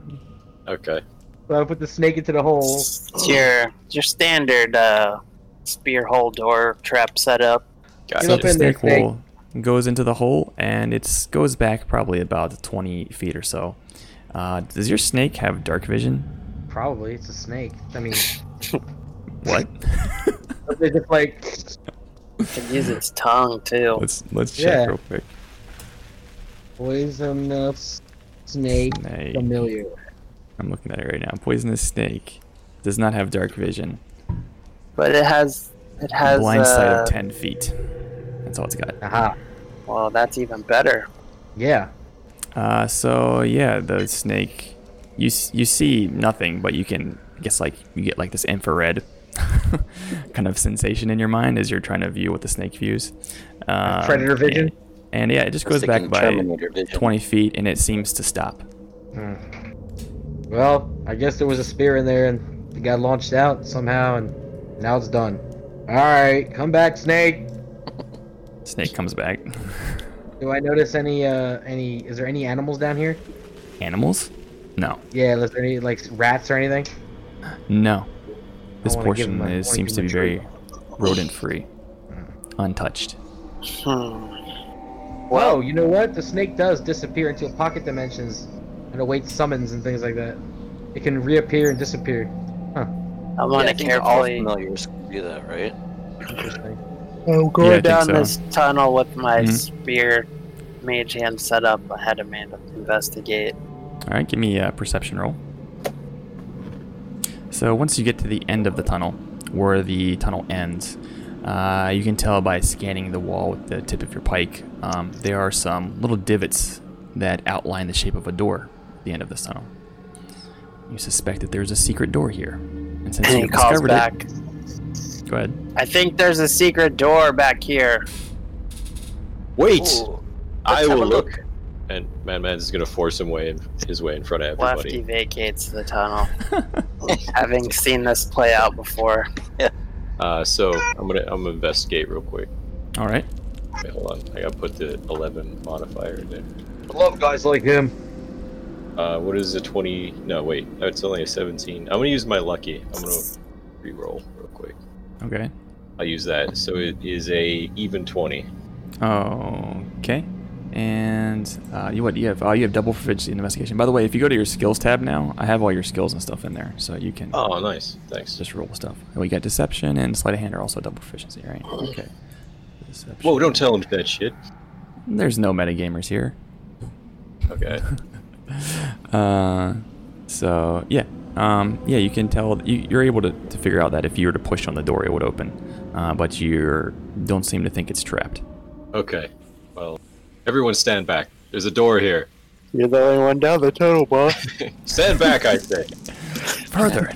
A: okay.
B: So I put the snake into the hole.
C: It's your your standard uh, spear hole door trap setup.
A: Got
B: You
A: it.
B: open
E: the
B: there,
E: snake will goes into the hole and it goes back probably about 20 feet or so. Uh, does your snake have dark vision?
B: Probably it's a snake. I mean,
E: What?
B: they just like
C: It can use its tongue too.
F: Let's let's check
B: Yeah.
F: real quick.
B: poisonous snake
E: Snake.
B: familiar.
E: I'm looking at it right now. Poisonous snake does not have dark vision.
C: But it has it has
E: blind sight
C: uh,
E: of 10 feet. That's all it's got.
B: Aha.
C: Well, that's even better.
B: Yeah.
E: Uh, so yeah, the snake. You s- you see nothing, but you can I guess like you get like this infrared kind of sensation in your mind as you're trying to view what the snake views. Um,
B: Predator vision?
E: And, and, yeah, it just goes back
D: Sticking
E: by
D: Terminator vision.
E: 20 feet, and it seems to stop.
B: Hmm. Well, I guess there was a spear in there and it got launched out somehow, and now it's done. All right, come back, snake.
E: Snake comes back.
B: Do I notice any? uh Any? Is there any animals down here?
E: Animals? No,
B: Yeah. Is there any like rats or anything?
E: no. This
B: wanna give
E: portion
B: him a- I
E: is,
B: wanna
E: seems to
B: give
E: be
B: him a
E: very rodent-free, untouched.
C: Hmm.
B: Whoa! Oh, You know what? The snake does disappear into pocket dimensions and awaits summons and things like that. It can reappear and disappear.
C: I'm
D: Yeah,
C: gonna
D: I think all
C: carefully
D: familiars can do that, right?
B: Interesting.
C: I'm
E: Yeah, I
C: going
E: think
C: down
E: so.
C: this tunnel with my
E: Mhm.
C: spear mage hand set up. I had Amanda investigate.
E: All right, give me a perception roll. So once you get to the end of the tunnel, where the tunnel ends, uh, you can tell by scanning the wall with the tip of your pike. Um, there are some little divots that outline the shape of a door at the end of this tunnel. You suspect that there's a secret door here, and since
C: And he
E: you've
C: calls
E: discovered
C: back.
E: it, go ahead.
C: I think there's a secret door back here.
A: Wait!
C: Ooh,
A: I
C: let's have
A: will
C: a
A: look. And Madman's is going to force him way in, his way in front of
C: Lefty
A: everybody.
C: vacates the tunnel. Having seen this play out before.
A: Uh, so I'm going to I'm gonna investigate real quick.
E: All right,
A: Wait, hold on. I got to put the 11 modifier in there.
B: I love guys like him.
A: Uh, what is a 20? No, wait. Oh, it's only a 17. I'm going to use my lucky. I'm going to re-roll real quick.
E: okay,
A: I'll use that. So it is a even 20.
E: okay. And uh, you what you have? Uh, you have double for vigilance and investigation. By the way, if you go to your skills tab now, I have all your skills and stuff in there, so you can.
A: Oh, nice. Thanks.
E: just roll stuff. And we got deception and sleight of hand are also double proficiency, right? Okay. Deception.
A: Whoa, don't tell him that shit.
E: There's no metagamers here.
A: Okay.
E: Uh, so yeah, um, yeah, you can tell you, you're able to, to figure out that if you were to push on the door, it would open, uh, but you don't seem to think it's trapped.
A: Okay. Well, everyone stand back. There's a door here.
C: You're the only one down the tunnel, boss.
A: Stand back, I say.
E: Further,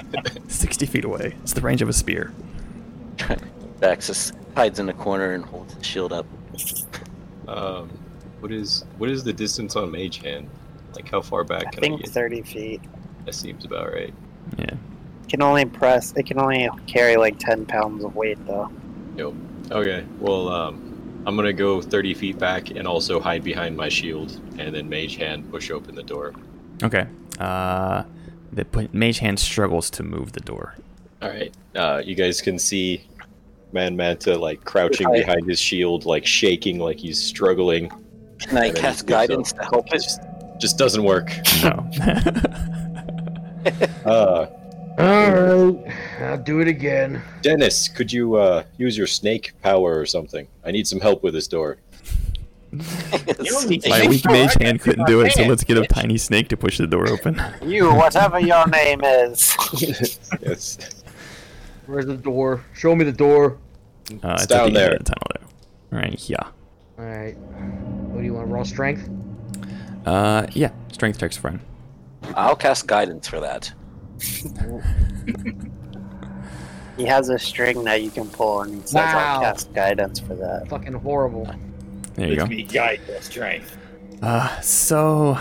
E: sixty feet away. It's the range of a spear.
D: Baxis hides in a corner and holds his shield up.
A: Um, what is what is the distance on Mage Hand? Like how far back
C: I
A: can I
C: think
A: get?
C: 30 feet.
A: That seems about right.
E: Yeah.
C: Can only press. It can only carry like 10 pounds of weight though.
A: Okay. Well, um, I'm gonna go 30 feet back and also hide behind my shield, and then Mage Hand push open the door.
E: Okay. Uh, the p- mage hand struggles to move the door.
A: All right. Uh, you guys can see Man Manta like crouching
D: Hi.
A: behind his shield, like shaking, like he's struggling.
D: Can I
A: And then
D: cast
A: he picks
D: guidance
A: up.
D: to help
A: It
D: it?
A: just, just doesn't work.
E: No.
A: Uh,
B: All right, I'll do it again.
A: Dennis, could you uh, use your snake power or something? I need some help with this door.
D: See,
E: My weak mage hand couldn't do it, so
G: hand,
E: let's get a tiny snake to push the door open.
C: You, whatever your name is.
A: It's
B: Where's the door? Show me the door.
E: Uh,
A: It's
E: at the
A: down
E: end of
A: there.
E: the tunnel there. Right, yeah.
B: All right. What do you want? Raw strength.
E: Uh, yeah. Strength checks fine.
D: I'll cast guidance for that.
C: He has a string that you can pull, and he says,
B: Wow.
C: "I'll cast guidance for that."
B: Fucking horrible.
E: There you go.
G: me guide your strength.
E: Uh, so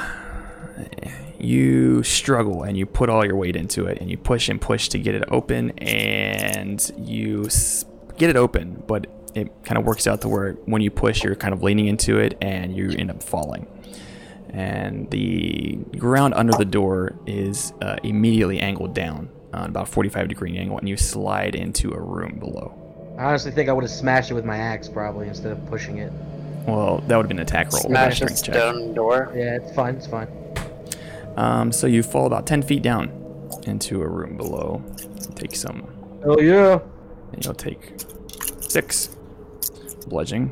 E: you struggle and you put all your weight into it and you push and push to get it open and you s- get it open, but it kind of works out to where when you push, you're kind of leaning into it and you end up falling. And the ground under the door is uh, immediately angled down, uh, about 45 degree angle, and you slide into a room below.
B: I honestly think I would have smashed it with my axe probably instead of pushing it.
E: Well, that would have been an attack roll. not
C: Smash
E: a
C: a
E: strength check.
C: stone door.
B: Yeah, it's fine. It's fine.
E: Um, so you fall about 10 feet down into a room below. Take some,
B: Hell yeah.
E: and you'll take six bludgeoning.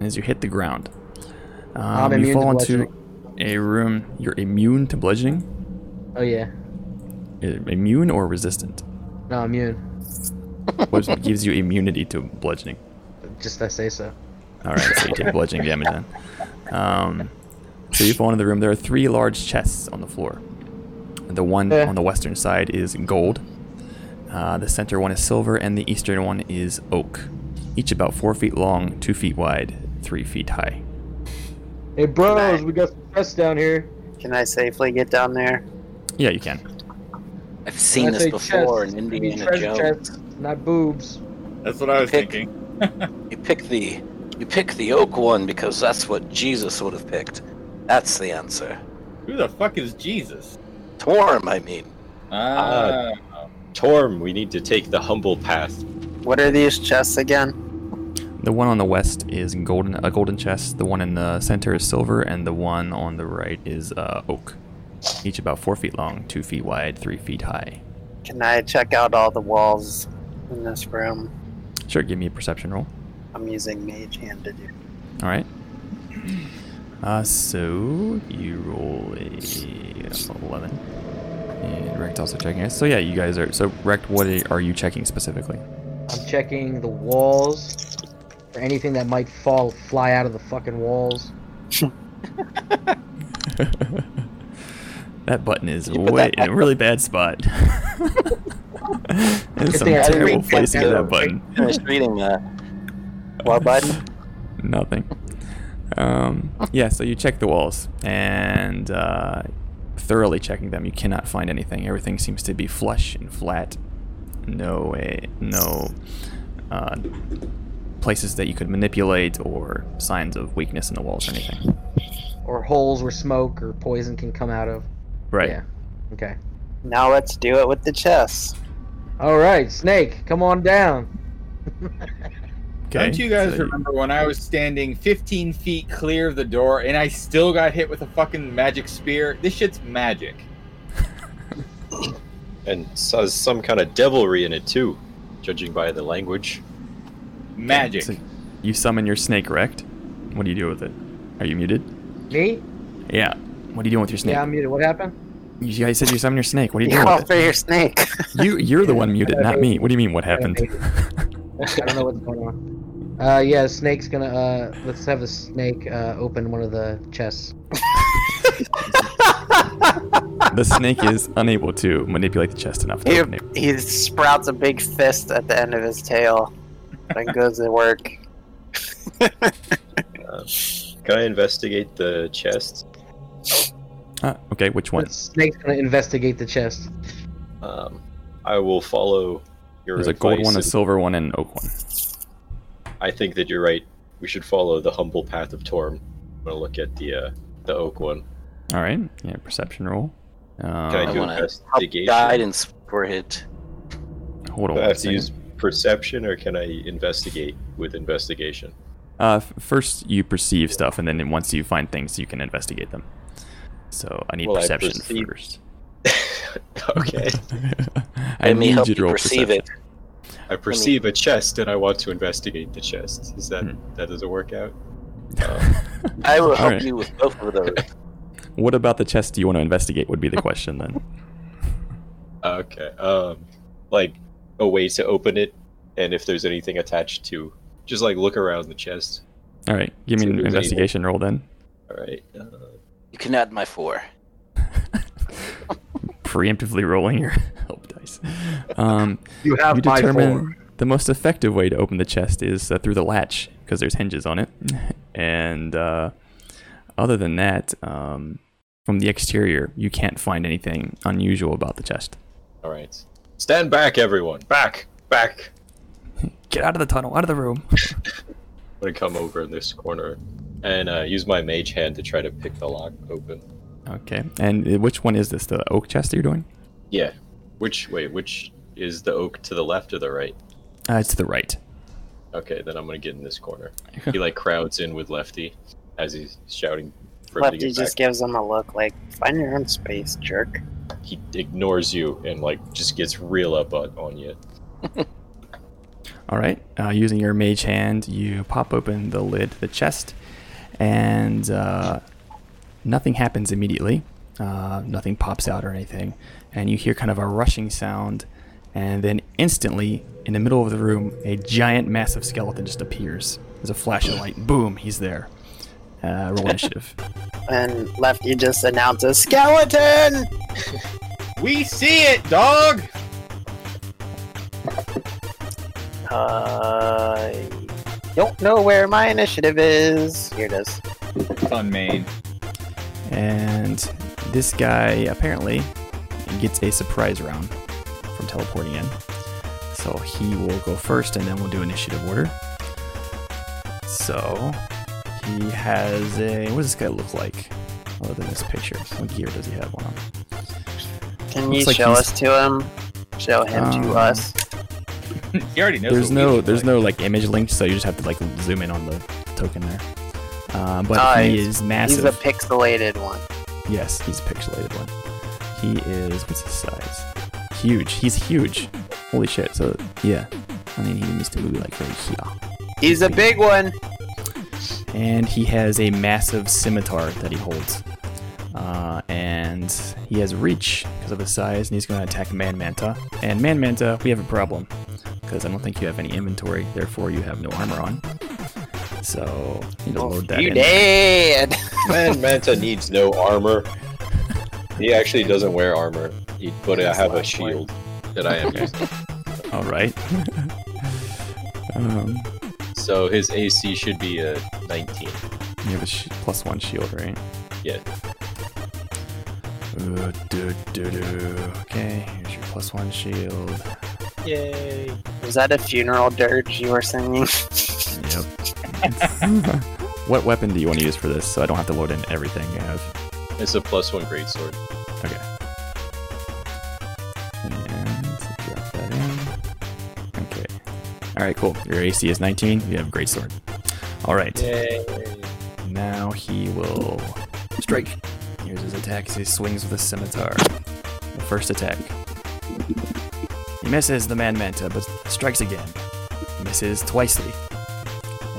E: As you hit the ground, um, you
B: immune to
E: fall into a room. You're immune to bludgeoning.
B: Oh yeah.
E: Uh, Immune or resistant?
B: No, immune.
E: What gives you immunity to bludgeoning?
B: Just I say so.
E: All right, so you take bludgeoning damage then. Um, so you fall into the room. There are three large chests on the floor. The one
B: Eh.
E: on the western side is gold. Uh, the center one is silver, and the eastern one is oak. Each about four feet long, two feet wide, three feet high.
B: Hey bros,
C: Nice.
B: we got some chests down here.
C: Can I safely get down there?
E: Yeah, you can.
D: I've seen
B: I
D: this
B: say
D: before
B: chests,
D: in
B: I mean
D: Indiana
B: treasure
D: Jones.
B: chests, not boobs.
G: That's what I was
D: Pick.
G: thinking.
D: You pick the you pick the oak one because that's what Jesus would have picked. That's the answer.
G: Who the fuck is Jesus?
D: Torm, I mean.
G: Ah,
A: Torm, we need to take the humble path.
C: What are these chests again?
E: The one on the west is golden, a golden chest. The one in the center is silver, and the one on the right is uh, oak. Each about four feet long, two feet wide, three feet high.
C: Can I check out all the walls in this room?
E: Sure, give me a perception roll.
C: I'm using mage hand to do.
E: All right. Uh, so you roll a eleven, and Rect also checking it. So yeah, you guys are. So Rect, what are- are you checking specifically?
B: I'm checking the walls for anything that might fall, fly out of the fucking walls.
E: That button is
D: put
E: way
D: that
E: in a really bad spot. There's some
B: thing I didn't
E: terrible
B: read that
E: placing of
B: down.
E: that button.
D: Finished reading uh, that.
C: What button?
E: Nothing. Um, yeah, so you check the walls and uh, thoroughly checking them. You cannot find anything. Everything seems to be flush and flat. No way, no uh, places that you could manipulate or signs of weakness in the walls or anything.
B: Or holes where smoke or poison can come out of.
E: Right.
B: Yeah. Okay.
C: Now let's do it with the chests.
B: Alright, Snake, come on down.
E: Okay.
G: don't you guys
E: so
G: remember when I was standing 15 feet clear of the door and I still got hit with a fucking magic spear? This shit's magic.
A: And s- has some kind of devilry in it too, judging by the language.
G: Magic.
E: so you summon your snake wrecked. What do you do with it? Are you muted?
B: Me?
E: Yeah. What are you doing with your snake?
B: Yeah, I'm muted. What happened?
E: You guys said you summoned your snake. What are you
C: You
E: doing
C: call
E: with
C: for
E: it?
C: your snake.
E: You you're the one muted, not me. What do you mean? What happened?
B: I don't know what's going on. Uh, yeah, Snake's gonna, uh, let's have the Snake, uh, open one of the chests.
E: the snake is unable to manipulate the chest enough. To
C: He,
E: open it.
C: he sprouts a big fist at the end of his tail and goes to work.
A: Can I investigate the chest?
E: Ah, okay, which one?
B: But Snake's gonna investigate the chest.
A: Um, I will follow your
E: There's a
A: advice.
E: gold one, a
A: and
E: silver one, and an oak one.
A: I think that you're right. We should follow the humble path of Torm. I'm gonna look at the uh, the oak one.
E: All right. Yeah, perception roll.
A: Can I
E: Um,
A: do
D: wanna help
A: investigation?
D: Guidance for it.
E: hold on.
A: Do I
E: one
A: have to
E: second.
A: use perception, or can I investigate with investigation?
E: Uh, f- first, you perceive stuff, and then once you find things, you can investigate them. So I need
A: Well, I
E: perception
A: perceive-
E: first.
A: okay.
E: I
D: Let me
E: need
D: help
E: you to roll
D: perceive
E: perception.
D: it.
A: I perceive a chest and I want to investigate the chest. Is that
E: Hmm.
A: that doesn't work out?
D: I will help
E: Alright.
D: you with both of those.
E: What about the chest do you want to investigate would be the question then.
A: Okay. Um, like a way to open it, and if there's anything attached to, just like look around the chest.
E: All right, give me
A: See if
E: an
A: there's anything.
E: investigation roll then.
A: All right. Uh,
D: You can add my four.
E: Preemptively rolling your help dice. Um,
H: You have
E: you
H: my
E: determine
H: four.
E: the most effective way to open the chest is uh, through the latch because there's hinges on it. And uh, other than that, um, from the exterior, you can't find anything unusual about the chest.
A: all right. Stand back, everyone. Back, back.
E: Get out of the tunnel, out of the room.
A: I'm gonna come over in this corner and uh, use my mage hand to try to pick the lock open.
E: okay, and uh, which one is this? The oak chest that you're doing?
A: Yeah. Which wait, which is the oak to the left or the right?
E: Uh, it's to the right.
A: Okay, then I'm gonna get in this corner. he like crowds in with Lefty as he's shouting for him to
C: Lefty
A: get back.
C: just gives him a look like, find your own space, jerk.
A: He ignores you and like just gets real up on, on you.
E: All right. Uh, using your mage hand, you pop open the lid to the chest, and uh, nothing happens immediately. Uh, nothing pops out or anything, and you hear kind of a rushing sound, and then instantly, in the middle of the room, a giant, massive skeleton just appears. There's a flash of light. Boom! He's there. Uh, roll initiative.
C: And Lefty just announces, skeleton!
G: We see it, dog.
C: Uh, don't know where my initiative is. Here it is.
G: It's on main.
E: And this guy apparently gets a surprise round from teleporting in. So he will go first and then we'll do initiative order. So he has a. What does this guy look like? Other than this picture, what gear does he have on?
C: Can
E: Looks
C: you
E: like
C: show
E: he's-
C: us to him? Show him to
E: Um,
C: us.
G: He already knows.
E: There's
G: what we
E: no,
G: look
E: there's
G: like.
E: no like image link, so you just have to like zoom in on the token there. Um, but
C: Ah,
E: he
C: he's-
E: is
C: He's
E: massive.
C: a pixelated one.
E: Yes, he's a pixelated one. He is what's his size? Huge. He's huge. Holy shit. So yeah. I mean he needs to move like right here.
C: He's a big one.
E: And he has a massive scimitar that he holds. Uh, and he has reach because of his size, and he's going to attack Man Manta. And Man Manta, we have a problem because I don't think you have any inventory, therefore you have no armor on. So you need to load that
C: Oh, you
E: in.
C: dead.
A: Man, Manta needs no armor. He actually doesn't wear armor, he, but I have a shield that I am using.
E: All right. um,
A: So his AC should be a 19.
E: You have a sh- plus one shield, right?
A: Yeah.
E: Uh, do, do, do. Okay, here's your plus one shield.
C: Yay. Was that a funeral dirge you were singing?
E: Yep. what weapon do you want to use for this so I don't have to load in everything you have?
A: It's a plus one greatsword.
E: Okay. And drop that in. Okay. Alright, cool. Your AC is 19. You have great sword. Alright. Now he will strike. Here's his attack as he swings with a scimitar. The first attack. He misses the man manta, but strikes again. Misses twicely.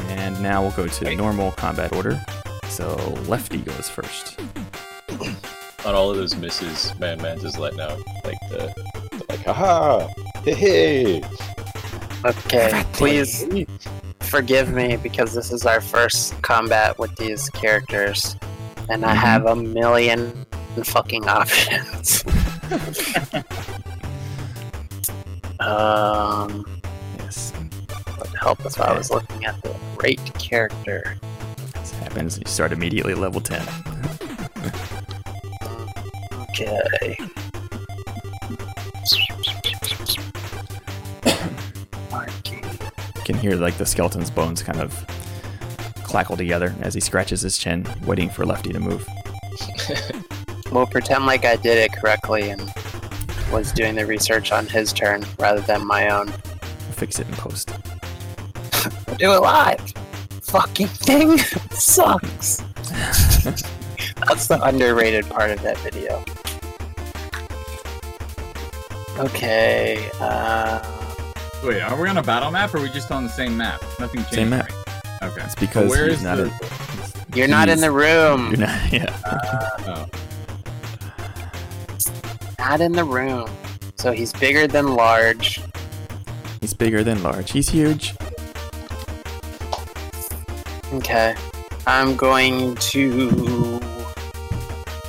E: And now we'll go to normal combat order. So lefty goes first.
A: On all of those misses, Man Manta's letting out like the, like, haha, hey, hey.
C: okay, please forgive me because this is our first combat with these characters, and I have a million fucking options. um,
E: Yes.
C: would help if I was looking at the right character.
E: This happens. You start immediately at level 10.
C: Okay. Arcane.
E: You can hear like the skeleton's bones kind of clackle together as he scratches his chin, waiting for lefty to move.
C: We'll pretend like I did it correctly and was doing the research on his turn rather than my own.
E: Fix it in post.
C: We'll do it live! Fucking thing sucks! That's the underrated part of that video. Okay, uh.
G: Wait, are we on a battle map or are we just on the same map? Nothing changed.
E: Same map.
G: right? Okay.
E: That's
G: So
E: because
G: where
E: he's
G: is
E: not
G: the-
E: a-
C: You're not in the room.
E: You're not. Yeah.
G: oh,
C: not in the room. So he's bigger than large.
E: He's bigger than large. He's huge.
C: Okay. I'm going to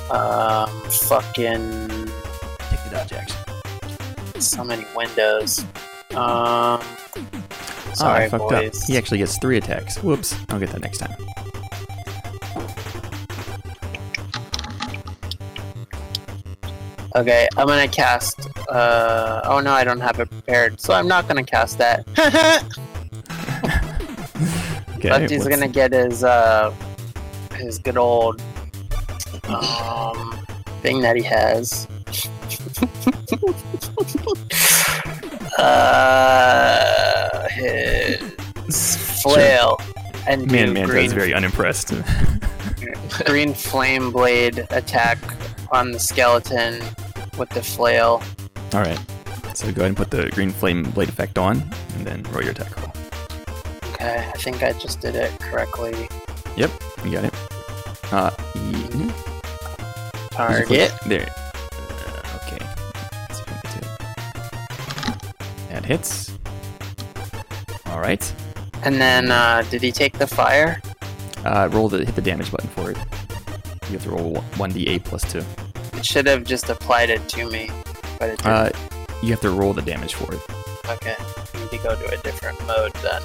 C: um fucking
E: Take the dodge action.
C: so many windows. Um sorry
E: oh, I fucked
C: boys.
E: up. He actually gets three attacks. Whoops. I'll get that next time.
C: Okay, I'm gonna cast uh oh no I don't have it prepared, so I'm not gonna cast that.
E: Okay.
C: Lefty's
E: what's-
C: gonna get his uh his good old um thing that he has. uh his flail and do
E: Man, man,
C: green,
E: is very unimpressed.
C: green flame blade attack on the skeleton with the flail.
E: All right. So go ahead and put the green flame blade effect on, and then roll your attack roll.
C: Okay, I think I just did it correctly.
E: Yep, you got it. Uh, yeah.
C: Target.
E: There. Uh, okay. Let's see if I can do it. That hits. All right.
C: And then uh did he take the fire?
E: Uh, roll the hit the damage button for it. You have to roll one d eight plus two.
C: It should have just applied it to me, but it didn't.
E: Uh, you have to roll the damage for it.
C: Okay, I need to go to a different mode then.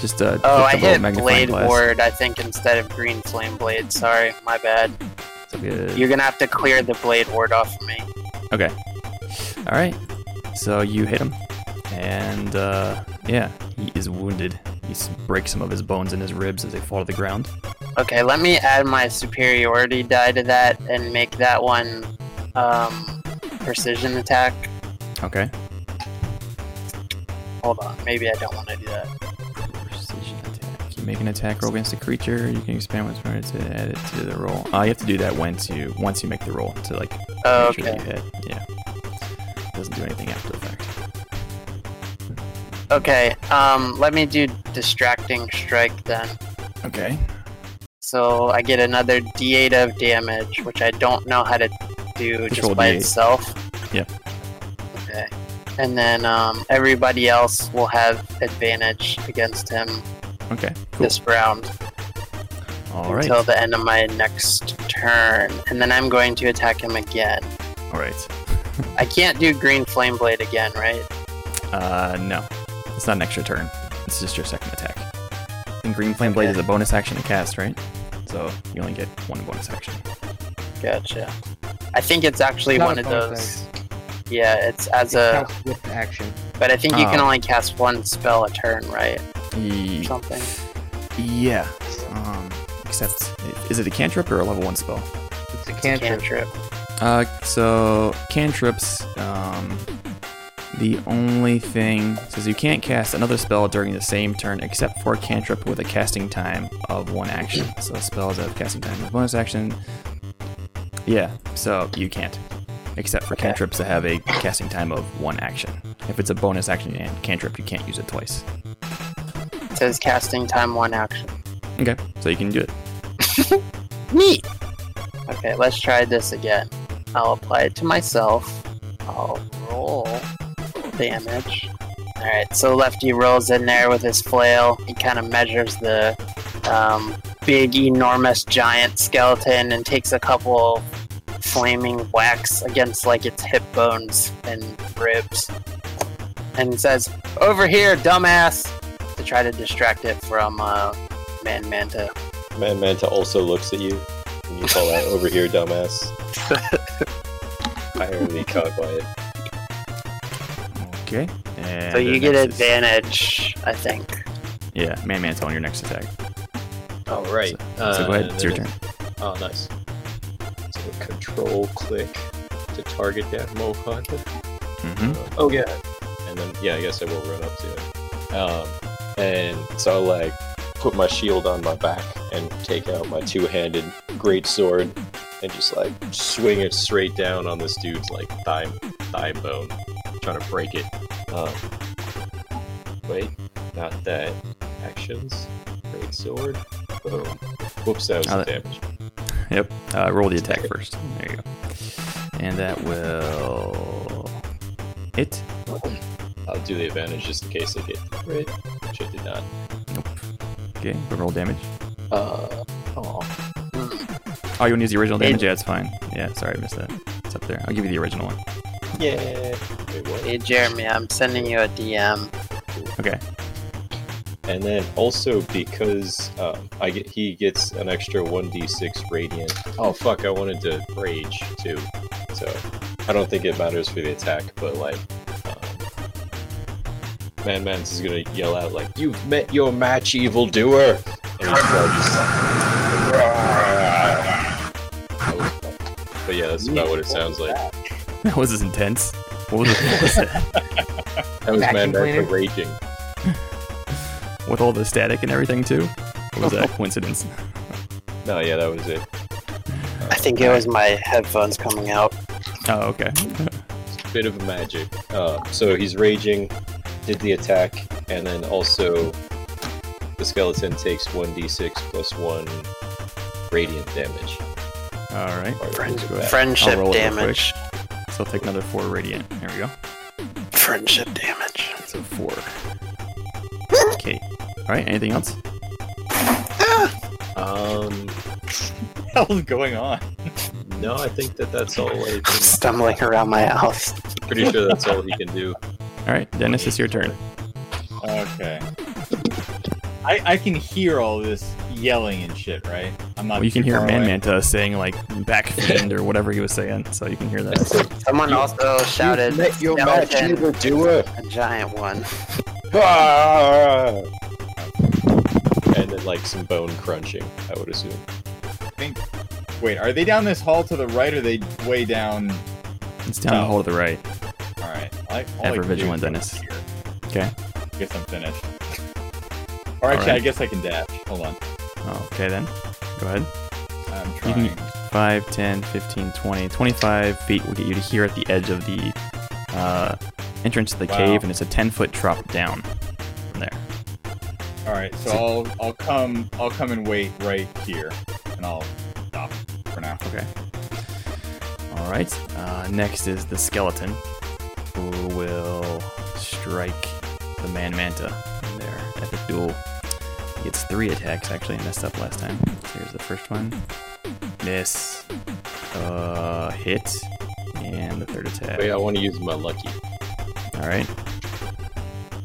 E: Just uh.
C: Oh, I
E: click the little
C: hit
E: magnifying
C: Blade
E: glass.
C: Ward, I think, instead of Green Flame Blade. Sorry, my bad.
E: So good.
C: You're gonna have to clear the Blade Ward off of me.
E: Okay. All right. So you hit him, and uh, yeah, he is wounded. You s- break some of his bones and his ribs as they fall to the ground.
C: Okay, let me add my superiority die to that and make that one um, precision attack.
E: Okay.
C: Hold on, maybe I don't want to do that.
E: Precision attack. You make an attack roll against a creature. You can expand what's right to add it to the roll. Uh, you have to do that once you once you make the roll to like make
C: Oh,
E: sure that
C: okay.
E: you hit. Yeah. Doesn't do anything after the fact.
C: Okay, um, let me do Distracting Strike then.
E: Okay.
C: So I get another d8 of damage, which I don't know how to do
E: Just
C: just,
E: roll
C: by
E: D8.
C: itself.
E: Yeah.
C: Okay. And then um, everybody else will have advantage against him
E: Okay. Cool.
C: this round
E: All right.
C: until the end of my next turn. And then I'm going to attack him again.
E: All right.
C: I can't do Green Flame Blade again, right?
E: Uh, no. It's not an extra turn. It's just your second attack. And Green Flame Blade is a bonus action to cast, right? So you only get one bonus action.
C: Gotcha. I think it's actually
B: Not a
C: one of
B: bonus
C: those. Yeah, it's as a.
B: Counts with action.
C: But I think you can
E: Oh.
C: only cast one spell a turn, right?
E: Ye-
C: Something.
E: Yeah. Um, except, is it a cantrip or a level one spell?
B: It's a
C: Can't
B: cantrip.
C: Cantrip.
E: Uh, so cantrips. Um, the only thing says you can't cast another spell during the same turn except for a cantrip with a casting time of one action. So spells that have casting time of bonus action. Yeah, so you can't, except for cantrips that have a casting time of one action. If it's a bonus action and cantrip, you can't use it twice.
C: It says casting time one action.
E: Okay, so you can do it.
C: Neat. Okay, let's try this again. I'll apply it to myself. I'll roll damage. All right, so Lefty rolls in there with his flail. He kind of measures the um, big, enormous, giant skeleton and takes a couple flaming whacks against like its hip bones and ribs, and says, "Over here, dumbass!" to try to distract it from uh, Man Manta.
A: Man Manta also looks at you and you call out over here, dumbass. I already caught by it.
E: Okay. And
C: So you
E: then
C: get
E: next is-
C: advantage, I think.
E: Yeah, man, man, on your next attack.
A: Oh, right.
E: So
C: Uh,
E: go ahead, it's your turn.
A: Oh, nice. So control click to target that mohawk.
E: hmm
A: Oh yeah. And then yeah, I guess I will run up to it. Um, and so I'll like put my shield on my back and take out my two-handed great sword and just like swing it straight down on this dude's like thigh thigh bone, trying to break it. Um, Wait, not that. Actions. Great sword. Boom. Whoops, that was
E: Oh,
A: the
E: that-
A: damage.
E: Yep. Uh, roll the attack first. There you go. And that will hit.
A: I'll do the advantage just in case I get crit, which I did not.
E: Nope. Okay, but roll damage.
A: Uh, oh,
E: Oh, you want to use the original damage?
C: It-
E: Yeah, it's fine. Yeah, sorry, I missed that. It's up there. I'll give you the original one.
A: yeah. Wait, what?
C: Hey, Jeremy, I'm sending you a DM.
E: Okay.
A: And then also because um, I get, he gets an extra 1d6 radiant. Oh fuck, I wanted to rage too. So I don't think it matters for the attack, but like, um, Man Mans is gonna yell out like, "You've met your match, evildoer!" And he charges. But yeah, that's about what it sounds like.
E: That was as intense. What was, it, what was that?
A: That was Man Man
B: Vacuum
A: for
B: cleaner.
A: raging.
E: With all the static and everything, too? Or was that a coincidence?
A: No, yeah, that was it.
C: I think it was my headphones coming out.
E: Oh, okay.
A: bit of magic. Uh, so he's raging, did the attack, and then also the skeleton takes 1d6 plus 1 radiant damage.
E: All right.
A: Or
C: Friend-
A: is that-
C: Friendship
E: roll it real
C: damage.
E: So I'll take another four radiant. There we go.
C: Friendship damage.
E: So four. Okay. All right. Anything else?
A: Um,
I: hell's going on?
A: no, I think that that's all. I can,
C: Stumbling around my house.
A: pretty sure that's all he can do.
E: All right, Dennis, it's your turn.
I: Okay. I, I can hear all this yelling and shit, right? I'm not.
E: Well, you can
I: too
E: hear
I: far
E: Man
I: away.
E: Manta saying like back fiend or whatever he was saying, so you can hear that.
C: Someone also shouted,
A: met your match,
C: skeleton,
A: evildoer!
C: a giant one.
A: Ah! And then, like, some bone crunching, I would assume.
I: Wait, are they down this hall to the right, or are they way down?
E: It's down the hall to the right.
I: All right. I, all I can
E: Ever
I: do
E: vigilant,
I: is
E: Dennis.
I: here.
E: Okay.
I: Guess I'm finished. Or actually, I
E: right.
I: guess I can dash. Hold on.
E: Oh, okay then. Go ahead.
I: I'm
E: can-
I: trying.
E: 5, 10, 15, 20, 25 feet will get you to here at the edge of the uh, entrance to the
I: Wow.
E: cave, and it's a 10 foot drop down from there.
I: All right, so I'll I'll come I'll come and wait right here, and I'll stop for now.
E: Okay. All right. Uh, next is the skeleton, who will strike the man manta in there at the duel. He gets three attacks. Actually, I messed up last time. So here's the first one. Miss. Uh, hit. And the third attack.
A: Wait, I want to use my lucky.
E: All right.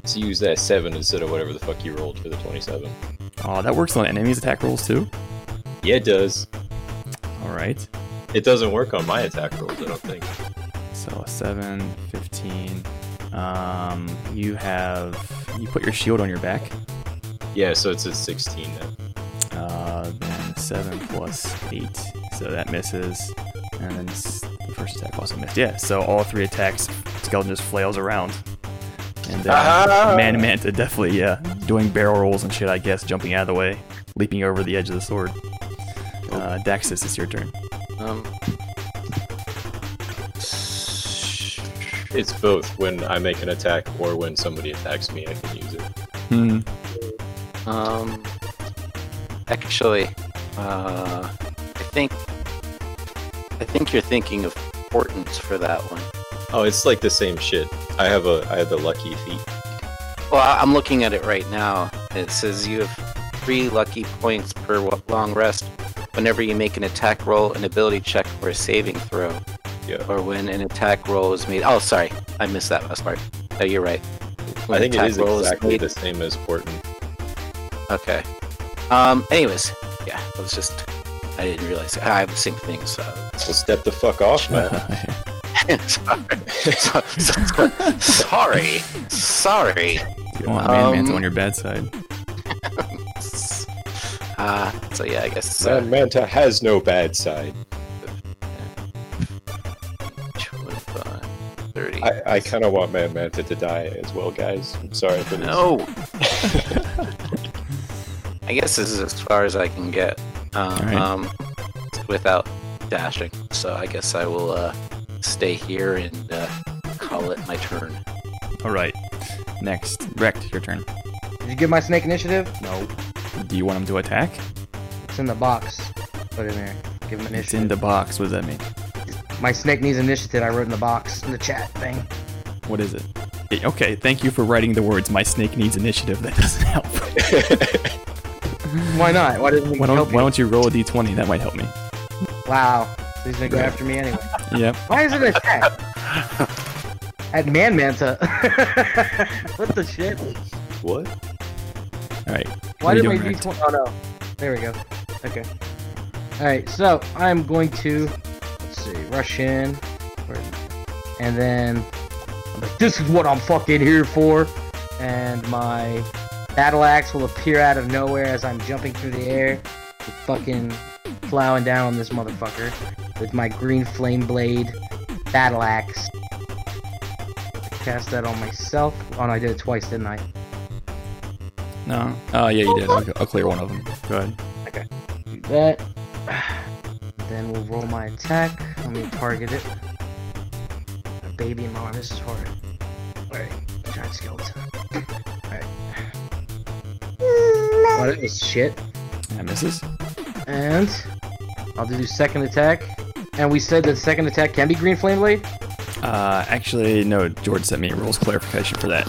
A: So use that 7 instead of whatever the fuck you rolled for the 27.
E: Oh, that works on enemies' attack rolls too.
A: Yeah, it does.
E: All right.
A: It doesn't work on my attack rolls, I don't think.
E: So 7, 15. Um, you have. You put your shield on your back.
A: Yeah, so it's at 16 now.
E: Uh, then 7 plus 8. So that misses. And then s- the first attack also missed. Yeah, so all three attacks, Skeleton just flails around. And uh, Man Manta definitely, yeah, doing barrel rolls and shit, I guess, jumping out of the way, leaping over the edge of the sword. Uh, Daxus, it's your turn.
D: Um,
A: It's both when I make an attack or when somebody attacks me, I can use it.
E: Hmm.
D: um, actually, uh, I think I think you're thinking of importance for that one.
A: Oh, it's like the same shit. I have a I have the lucky feet.
D: Well, I- I'm looking at it right now. It says you have three lucky points per w- long rest whenever you make an attack roll, an ability check, or a saving throw.
A: Yeah.
D: Or when an attack roll is made. Oh, sorry. I missed that last part. No, you're right.
A: I
D: When
A: think it
D: attack
A: is
D: roll
A: exactly
D: made-
A: the same as Porton.
D: Okay. Um, anyways, yeah, I was just. I didn't realize. I have the same thing, so.
A: So step the fuck off, man.
D: sorry. So- so- sorry. Sorry.
E: You don't want Man Manta
D: Um,
E: on your bad side.
D: Uh, so, yeah, I guess. uh,
A: Man, Manta has no bad side.
D: 25, 30.
A: I, I kind of want Man Manta to die as well, guys. I'm sorry for this.
D: No. I guess this is as far as I can get
E: All
D: um,
E: right.
D: um, without dashing. So I guess I will uh, stay here and uh, call it my turn.
E: All right. Next, wrecked. Your turn.
B: Did you give my snake initiative?
E: No. Do you want him to attack?
B: It's in the box. Put it in there. Give him
E: It's in
B: initiative.
E: the box. What does that mean?
B: My snake needs initiative. I wrote in the box in the chat thing.
E: What is it? Yeah, Okay, thank you for writing the words. My snake needs initiative. That doesn't help.
B: Why not? Why doesn't it
E: why,
B: help
E: don't,
B: you?
E: why don't you roll a d20? That might help me.
B: Wow. He's gonna go after me anyway.
E: Yep.
B: Why is it an attack? At Man Manta. what the shit?
A: What?
E: All right.
B: Why
E: What are
B: did
E: you
B: my
E: doing,
B: D20? Oh no. There we go. Okay. Alright, so I'm going to let's see, rush in. Where- And then I'm like, this is what I'm fucking here for. And my battle axe will appear out of nowhere as I'm jumping through the air. Fucking plowing down on this motherfucker with my green flame blade battle axe. Cast that on myself. Oh no, I did it twice, didn't I?
E: No. Oh, yeah, you did. I'll, I'll clear one of them. Go ahead.
B: Do that. Then we'll roll my attack. Let me target it. A baby in my arm. This is hard. Alright. Giant skeleton. Alright. Well, that was shit.
E: That misses.
B: And I'll do second attack. And we said that second attack can be green flame blade.
E: Uh, actually, no. George sent me rules clarification for that.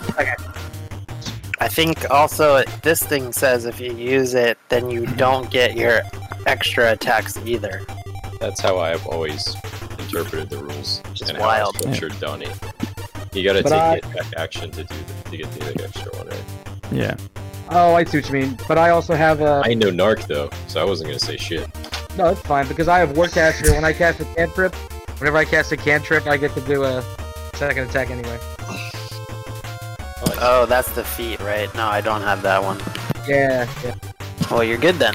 C: I think also it- this thing says if you use it, then you don't get your extra attacks either.
A: That's how I've always interpreted the rules
C: Just
A: and
C: wild.
A: how I structured Donnie. You gotta
B: But
A: take
B: I-
A: the attack action to do the, to get the extra one, right?
E: Yeah.
B: Oh, I see what you mean. But I also have a.
A: I know Narc though, so I wasn't gonna say shit.
B: No, it's fine because I have Warcaster. When I cast a cantrip, whenever I cast a cantrip, I get to do a second attack anyway.
C: Oh, that's the feat, right? No, I don't have that one.
B: Yeah, yeah.
C: Well, you're good then.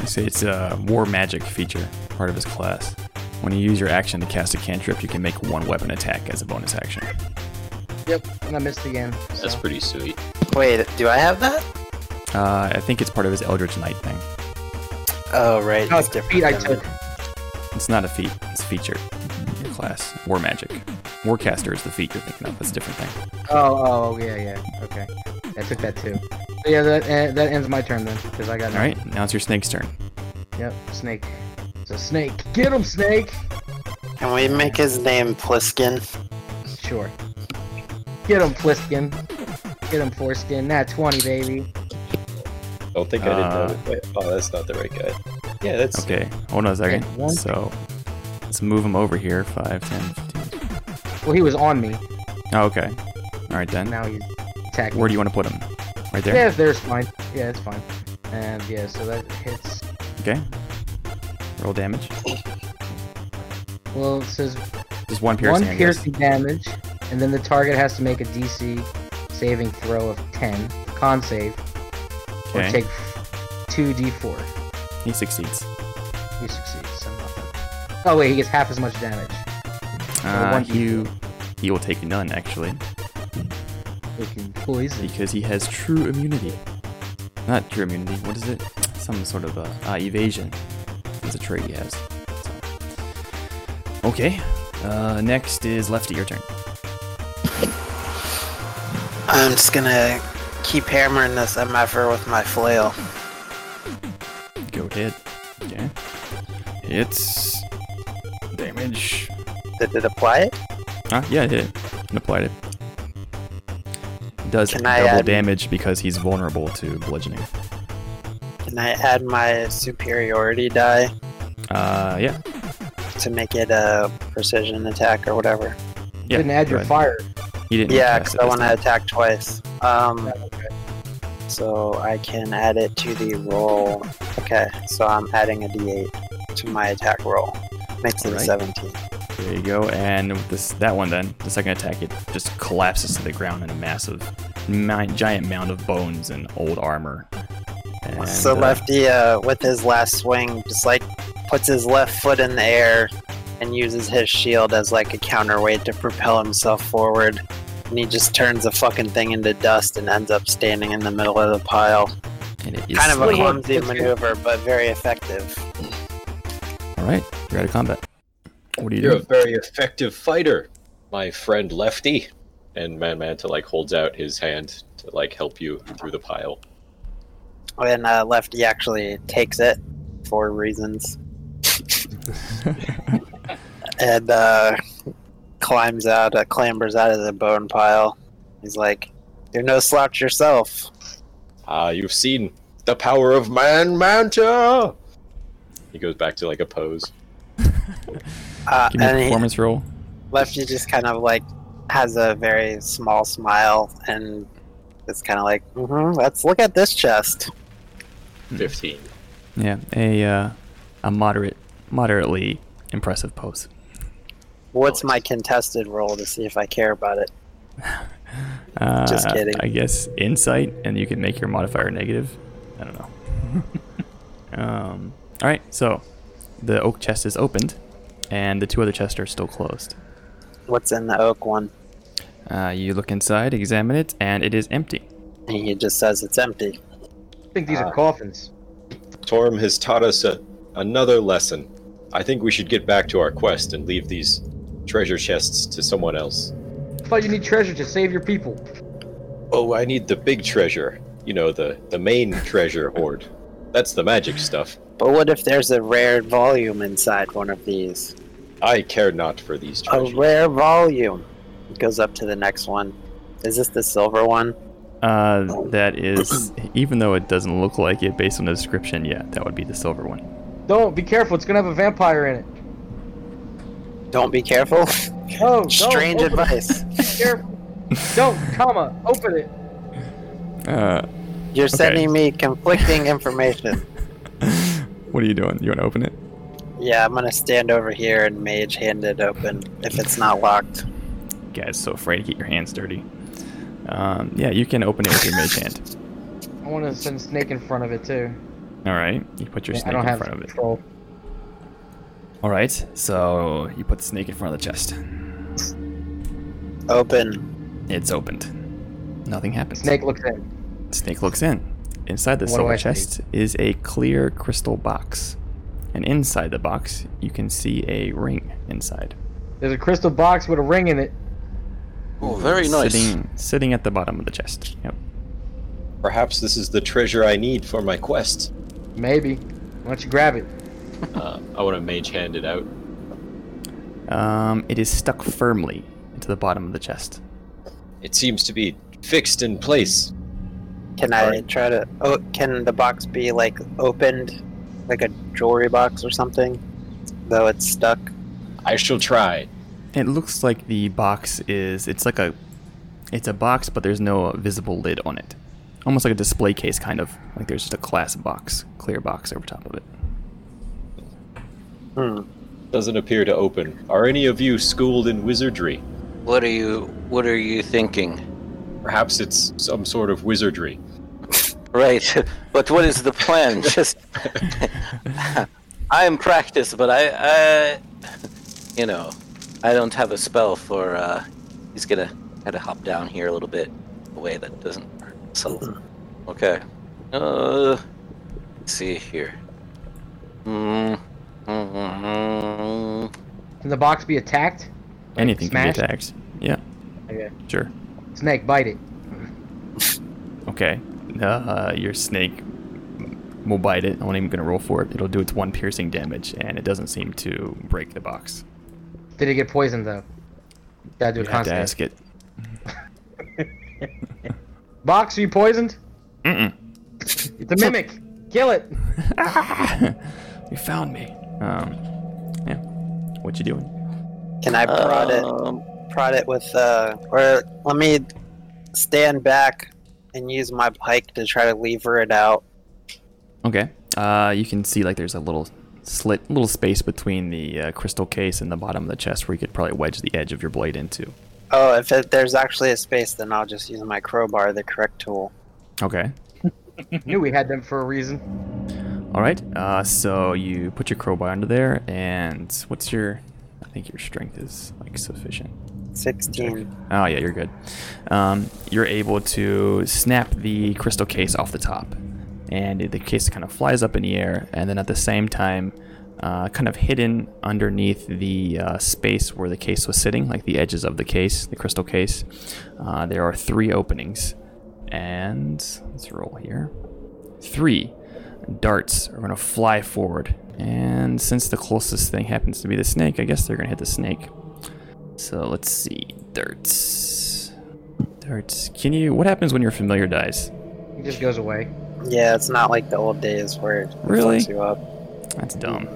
E: I say it's a war magic feature, part of his class. When you use your action to cast a cantrip, you can make one weapon attack as a bonus action.
B: Yep, and I missed again.
A: That's
B: so.
A: pretty sweet.
C: Wait, do I have that?
E: Uh, I think it's part of his Eldritch Knight thing.
C: Oh, right.
B: No,
C: it's
B: it's the feat I
C: than-
B: took.
E: It's not a feat. It's a feature. Your class. War magic. Warcaster is the feat you're thinking of. That's a different thing.
B: Oh, oh, oh, yeah, yeah. Okay, I took that too. So yeah, that eh, that ends my turn then, because I got.
E: All right. Now it's your snake's turn.
B: Yep, snake. It's a snake. Get him, snake.
C: Can we make his name Pliskin?
B: Sure. Get him, Pliskin. Get him, foreskin. Nat twenty, baby.
A: Don't think I didn't know. Wait, oh, that's not the right guy. Yeah, that's
E: Okay. Hold on a second.
B: Okay, one-
E: So let's move him over here. 5, 10, 15.
B: Well, he was on me.
E: Oh, okay. All right then.
B: Now he's attacking.
E: Where do you want to put him? Right there.
B: Yeah, there's fine. Yeah, it's fine. And yeah, so that hits.
E: Okay. Roll damage.
B: Well, it says
E: Just one piercing. I
B: one
E: guess.
B: piercing damage, and then the target has to make a DC saving throw of 10, con save, or
E: Okay.
B: take 2d4.
E: He succeeds.
B: He succeeds, so nothing. Oh wait, he gets half as much damage.
E: Uh,
B: one
E: you. He will take none actually,
B: He can poison.
E: because he has true immunity. Not true immunity. What is it? Some sort of uh, uh, evasion. That's a trait he has. So. Okay. Uh, next is Lefty. Your turn.
C: I'm just gonna keep hammering this MFR with my flail.
E: Go ahead. Okay. It's damage.
C: Did it apply it?
E: Ah, yeah, it did. And applied it. Does
C: Can I
E: double
C: add-
E: damage because he's vulnerable to bludgeoning.
C: Can I add my superiority die
E: Uh, yeah.
C: to make it a precision attack or whatever?
E: yeah.
B: Couldn't add
E: go
B: your
E: ahead.
B: fire.
E: He didn't.
C: Yeah,
E: cast
C: because I
E: it this
C: want to
E: time.
C: attack twice. Um, so I can add it to the roll. Okay, so I'm adding a d8 to my attack roll. Makes it a
E: Alright.
C: 17.
E: There you go. And with this that one then, the second attack, it just collapses to the ground in a massive, mi- giant mound of bones and old armor. And,
C: so
E: uh,
C: Lefty, uh, with his last swing, just like puts his left foot in the air and uses his shield as like a counterweight to propel himself forward. And he just turns the fucking thing into dust and ends up standing in the middle of the pile.
E: and it is
C: Kind of a
E: slain.
C: clumsy
B: That's good.
C: maneuver, but very effective.
E: All right, you're out of combat. What do you
A: You're a
E: do?
A: very effective fighter, my friend Lefty. and Man Manta like holds out his hand to like help you through the pile.
C: And uh, Lefty actually takes it for reasons and uh, climbs out, uh, clambers out of the bone pile. He's like, You're no slouch yourself.
A: Ah, you've seen the power of Man Manta. He goes back to like a pose.
C: Uh,
F: Give me a
C: and he,
F: performance roll.
C: Lefty just kind of like has a very small smile and it's kind of like, hmm Let's look at this chest.
A: Fifteen.
E: Yeah, a uh, a moderate, moderately impressive pose.
C: What's my contested roll to see if I care about it?
E: Uh,
C: Just kidding.
E: I guess insight, and you can make your modifier negative. I don't know. um, all right, so the oak chest is opened, and the two other chests are still closed.
C: What's in the oak one?
E: Uh, you look inside, examine it, and it is empty.
C: And he just says it's empty.
B: I think
C: Ah.
B: these are coffins.
A: Torm has taught us a, another lesson. I think we should get back to our quest and leave these treasure chests to someone else.
B: I thought you need treasure to save your people.
A: Oh, I need the big treasure. You know, the, the main treasure hoard. That's the magic stuff.
C: But what if there's a rare volume inside one of these?
A: I care not for these
C: A
E: Oh,
A: treasures.
C: rare volume. It goes up to the next one. Is this the silver one?
E: Uh, that is, even though it doesn't look like it based on the description, yeah, that would be the silver one.
B: Don't be careful. It's gonna have a vampire in it.
C: Don't be careful.
B: Oh, don't,
C: Strange
B: open it.
C: advice.
B: Be careful. don't, comma, open it.
F: Uh,
C: You're sending me conflicting information.
F: what are you doing? You want to open it?
C: yeah, I'm gonna stand over here and mage hand it open if it's not locked.
E: You guys, so afraid to get your hands dirty. Um, yeah, you can open it with your mage hand.
B: I want to send snake in front of it too.
E: All right, you put your
B: I
E: snake
B: don't
E: in
B: have
E: front of it.
B: control.
E: All right, so you put the snake in front of the chest.
C: Open.
E: It's opened. Nothing happens.
B: Snake looks in.
E: Snake looks in. Inside the
B: What do
E: silver
B: I see?
E: chest is a clear crystal box, and inside the box you can see a ring inside.
B: There's a crystal box with a ring in it.
D: Oh, very nice.
E: Sitting, sitting at the bottom of the chest. Yep.
A: Perhaps this is the treasure I need for my quest.
B: Maybe. Why don't you grab it?
A: Uh, I want to mage hand it out.
E: Um, it is stuck firmly into the bottom of the chest.
A: It seems to be fixed in place.
C: Can I try to? Oh, can the box be like opened, like a jewelry box or something? Though it's stuck.
A: I shall try.
E: It looks like the box is. It's like a. It's a box, but there's no visible lid on it. Almost like a display case, kind of. Like there's just a class box, clear box over top of it.
C: Hmm.
A: Doesn't appear to open. Are any of you schooled in wizardry?
D: What are you What are you thinking?
A: Perhaps it's some sort of wizardry.
D: Right, but what is the plan? Just I am practiced, but I, I, you know, I don't have a spell for. uh He's gonna kind of hop down here a little bit, a way that doesn't work. So,
B: Hmm.
D: okay. Uh, let's see here. Mm, mm, mm, mm.
B: Can the box be attacked?
E: Anything can
B: smashed?
E: be attacked. Yeah,
B: Okay.
E: sure.
B: Snake, bite it.
E: Okay. Uh, your snake will bite it. I'm not even going to roll for it. It'll do its one piercing damage, and it doesn't seem to break the box.
B: Did it get poisoned though? Gotta do a
E: You have to ask
B: constant.
E: it.
B: Box, are you poisoned?
E: Mm-mm.
B: It's a mimic. Kill it.
E: You found me. Um, yeah. What you doing?
C: Can I prod it?
D: Um,
C: prod it with uh or let me stand back and use my pike to try to lever it out.
E: Okay. Uh, you can see like there's a little slit, little space between the uh, crystal case and the bottom of the chest where you could probably wedge the edge of your blade into.
C: Oh, if it, there's actually a space then I'll just use my crowbar, the correct tool.
E: Okay.
B: Knew we had them for a reason.
E: All right. Uh, so you put your crowbar under there, and what's your? I think your strength is like sufficient.
C: 16.
E: Oh yeah, you're good. Um, you're able to snap the crystal case off the top, and the case kind of flies up in the air, and then at the same time, uh, kind of hidden underneath the uh, space where the case was sitting, like the edges of the case, the crystal case. Uh, there are three openings, and let's roll here. Three darts are going to fly forward, and since the closest thing happens to be the snake, I guess they're going to hit the snake. So let's see, darts, darts. Can you? What happens when your familiar dies?
B: He just goes away.
C: Yeah, it's not like the old days where it
E: Really?
C: fucks you up.
E: That's dumb.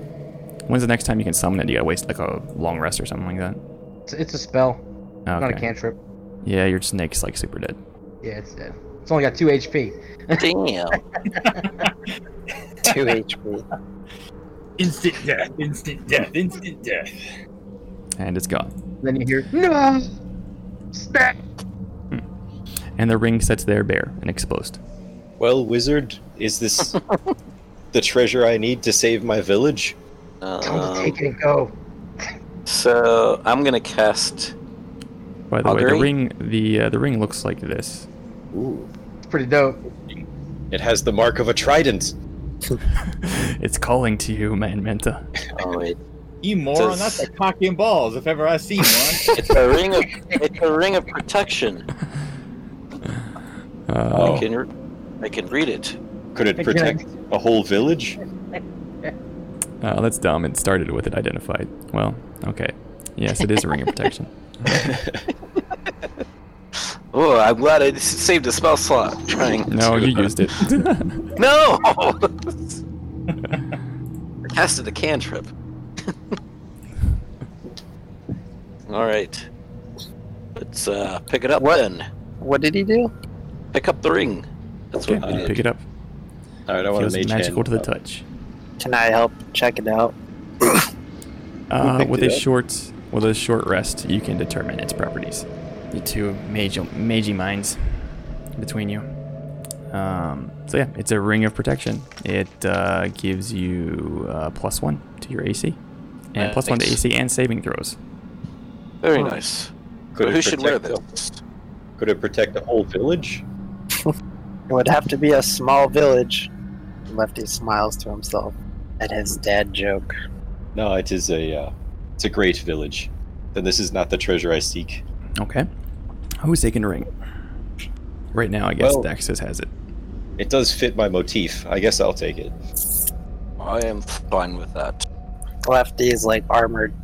E: When's the next time you can summon it? You gotta waste like a long rest or something like that.
B: It's, it's a spell, not a
E: Okay.
B: cantrip.
E: Yeah, your snake's like super dead.
B: Yeah, it's dead. It's only got two HP.
D: Damn.
C: Two HP.
I: Instant death, instant death, instant death.
E: And it's gone.
B: Then you hear no. Snap.
E: And the ring sets there bare and exposed.
A: Well, wizard, is this the treasure I need to save my village?
B: Tell him to
D: Um,
B: take it and go.
D: so I'm gonna cast.
E: By the
B: Oh,
E: way, the
D: Augury?
E: ring the uh, the ring looks like this.
A: Ooh,
B: It's pretty dope.
A: it has the mark of a trident.
E: it's calling to you, man, Menta.
D: Oh wait,
I: You moron,
D: Does-
I: that's a cocky and balls if ever I seen one.
D: it's a ring of it's a ring of protection.
F: Uh,
D: I can re- I can read it.
A: Could it
B: Again.
A: protect a whole village?
F: uh, that's dumb. It started with it identified. Well, okay. Yes, it is a ring of protection.
D: Oh, I'm glad I s- saved a spell slot. Trying.
F: No,
D: to-
F: you used it.
D: No. I casted a cantrip. All right. Let's uh, pick it up then.
C: What did he do?
D: Pick up the ring. That's what we
E: Okay,
D: did.
E: pick it up.
A: All right, I want
E: Feels
A: to mage
E: magical
A: hand.
E: to the
A: up.
E: touch.
C: Can I help check it out?
E: Uh,
A: picked
E: with
A: it
E: a
A: up?
E: short with a short rest, you can determine its properties. You two mage magey minds between you. Um, so yeah, it's a ring of protection. It uh, gives you uh, plus one to your AC, and
D: Uh,
E: plus one to
D: thanks.
E: AC and saving throws.
D: Very nice.
A: Could
D: But
A: it
D: who should wear
A: protect the-
D: this?
A: Could it protect a whole village?
C: It would have to be a small village. Lefty smiles to himself at his dad joke.
A: No, it is a uh, it's a great village. Then this is not the treasure I seek.
E: Okay. Who's taking a ring? Right now, I guess
A: Well-
E: Daxus has it.
A: It does fit my motif. I guess I'll take it.
D: I am fine with that.
C: Lefty is like armored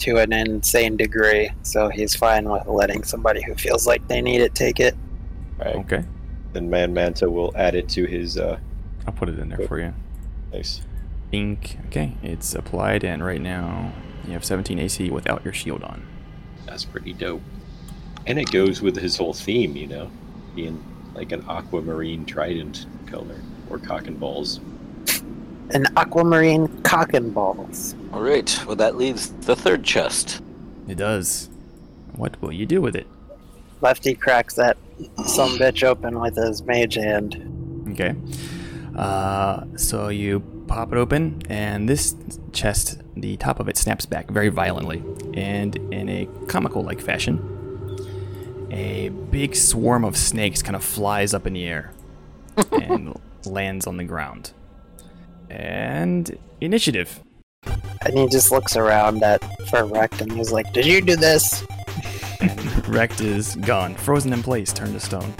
C: to an insane degree, so he's fine with letting somebody who feels like they need it take it.
A: All right.
E: Okay,
A: Then Man Manta will add it to his uh
E: I'll put it in there for you.
A: nice.
E: Ink. Okay, it's applied, and right now you have 17 AC without your shield on.
A: That's pretty dope. And it goes with his whole theme, you know, being like an aquamarine trident color or cock and balls.
C: An aquamarine cock and balls.
D: All right. Well, that leaves the third chest.
E: It does. What will you do with it?
C: Lefty cracks that some bitch open with his mage hand.
E: Okay. Uh, so you pop it open, and this chest, the top of it snaps back very violently, and in a comical like fashion, a big swarm of snakes kind of flies up in the air and lands on the ground. And initiative.
C: And he just looks around at for Wrecked and he's like, Did you do this?
E: Wrecked is gone, frozen in place, turned to stone.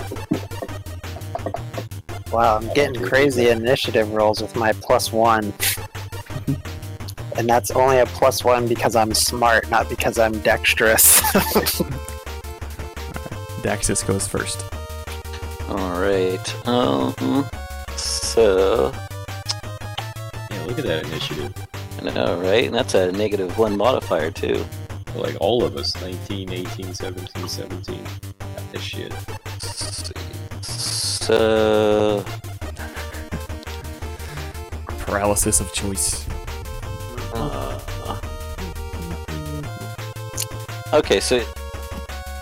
C: Wow, I'm getting crazy initiative rolls with my plus one. and that's only a plus one because I'm smart, not because I'm dexterous.
E: Daxus goes first.
D: All right. Um. So.
A: Yeah, look at that initiative.
D: I know, right? And that's a negative one modifier too.
A: Like all of us 19, 18, 17, 17. Got this shit.
D: Let's see. So.
E: Paralysis of choice.
D: Uh, okay, so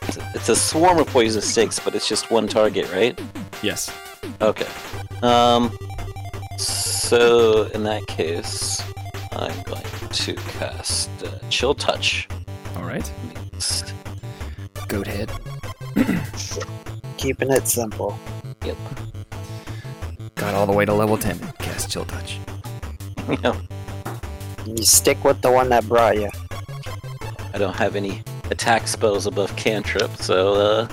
D: it's a, it's a swarm of poison snakes, but it's just one target, right?
E: Yes.
D: Okay. Um. So in that case, I'm going to cast uh, Chill Touch.
E: All right.
D: next.
E: Goat head.
C: Keeping it simple.
D: Yep.
E: Got all the way to level 10. Cast Chill Touch.
D: Yeah.
C: You stick with the one that brought you.
D: I don't have any attack spells above cantrip, so uh,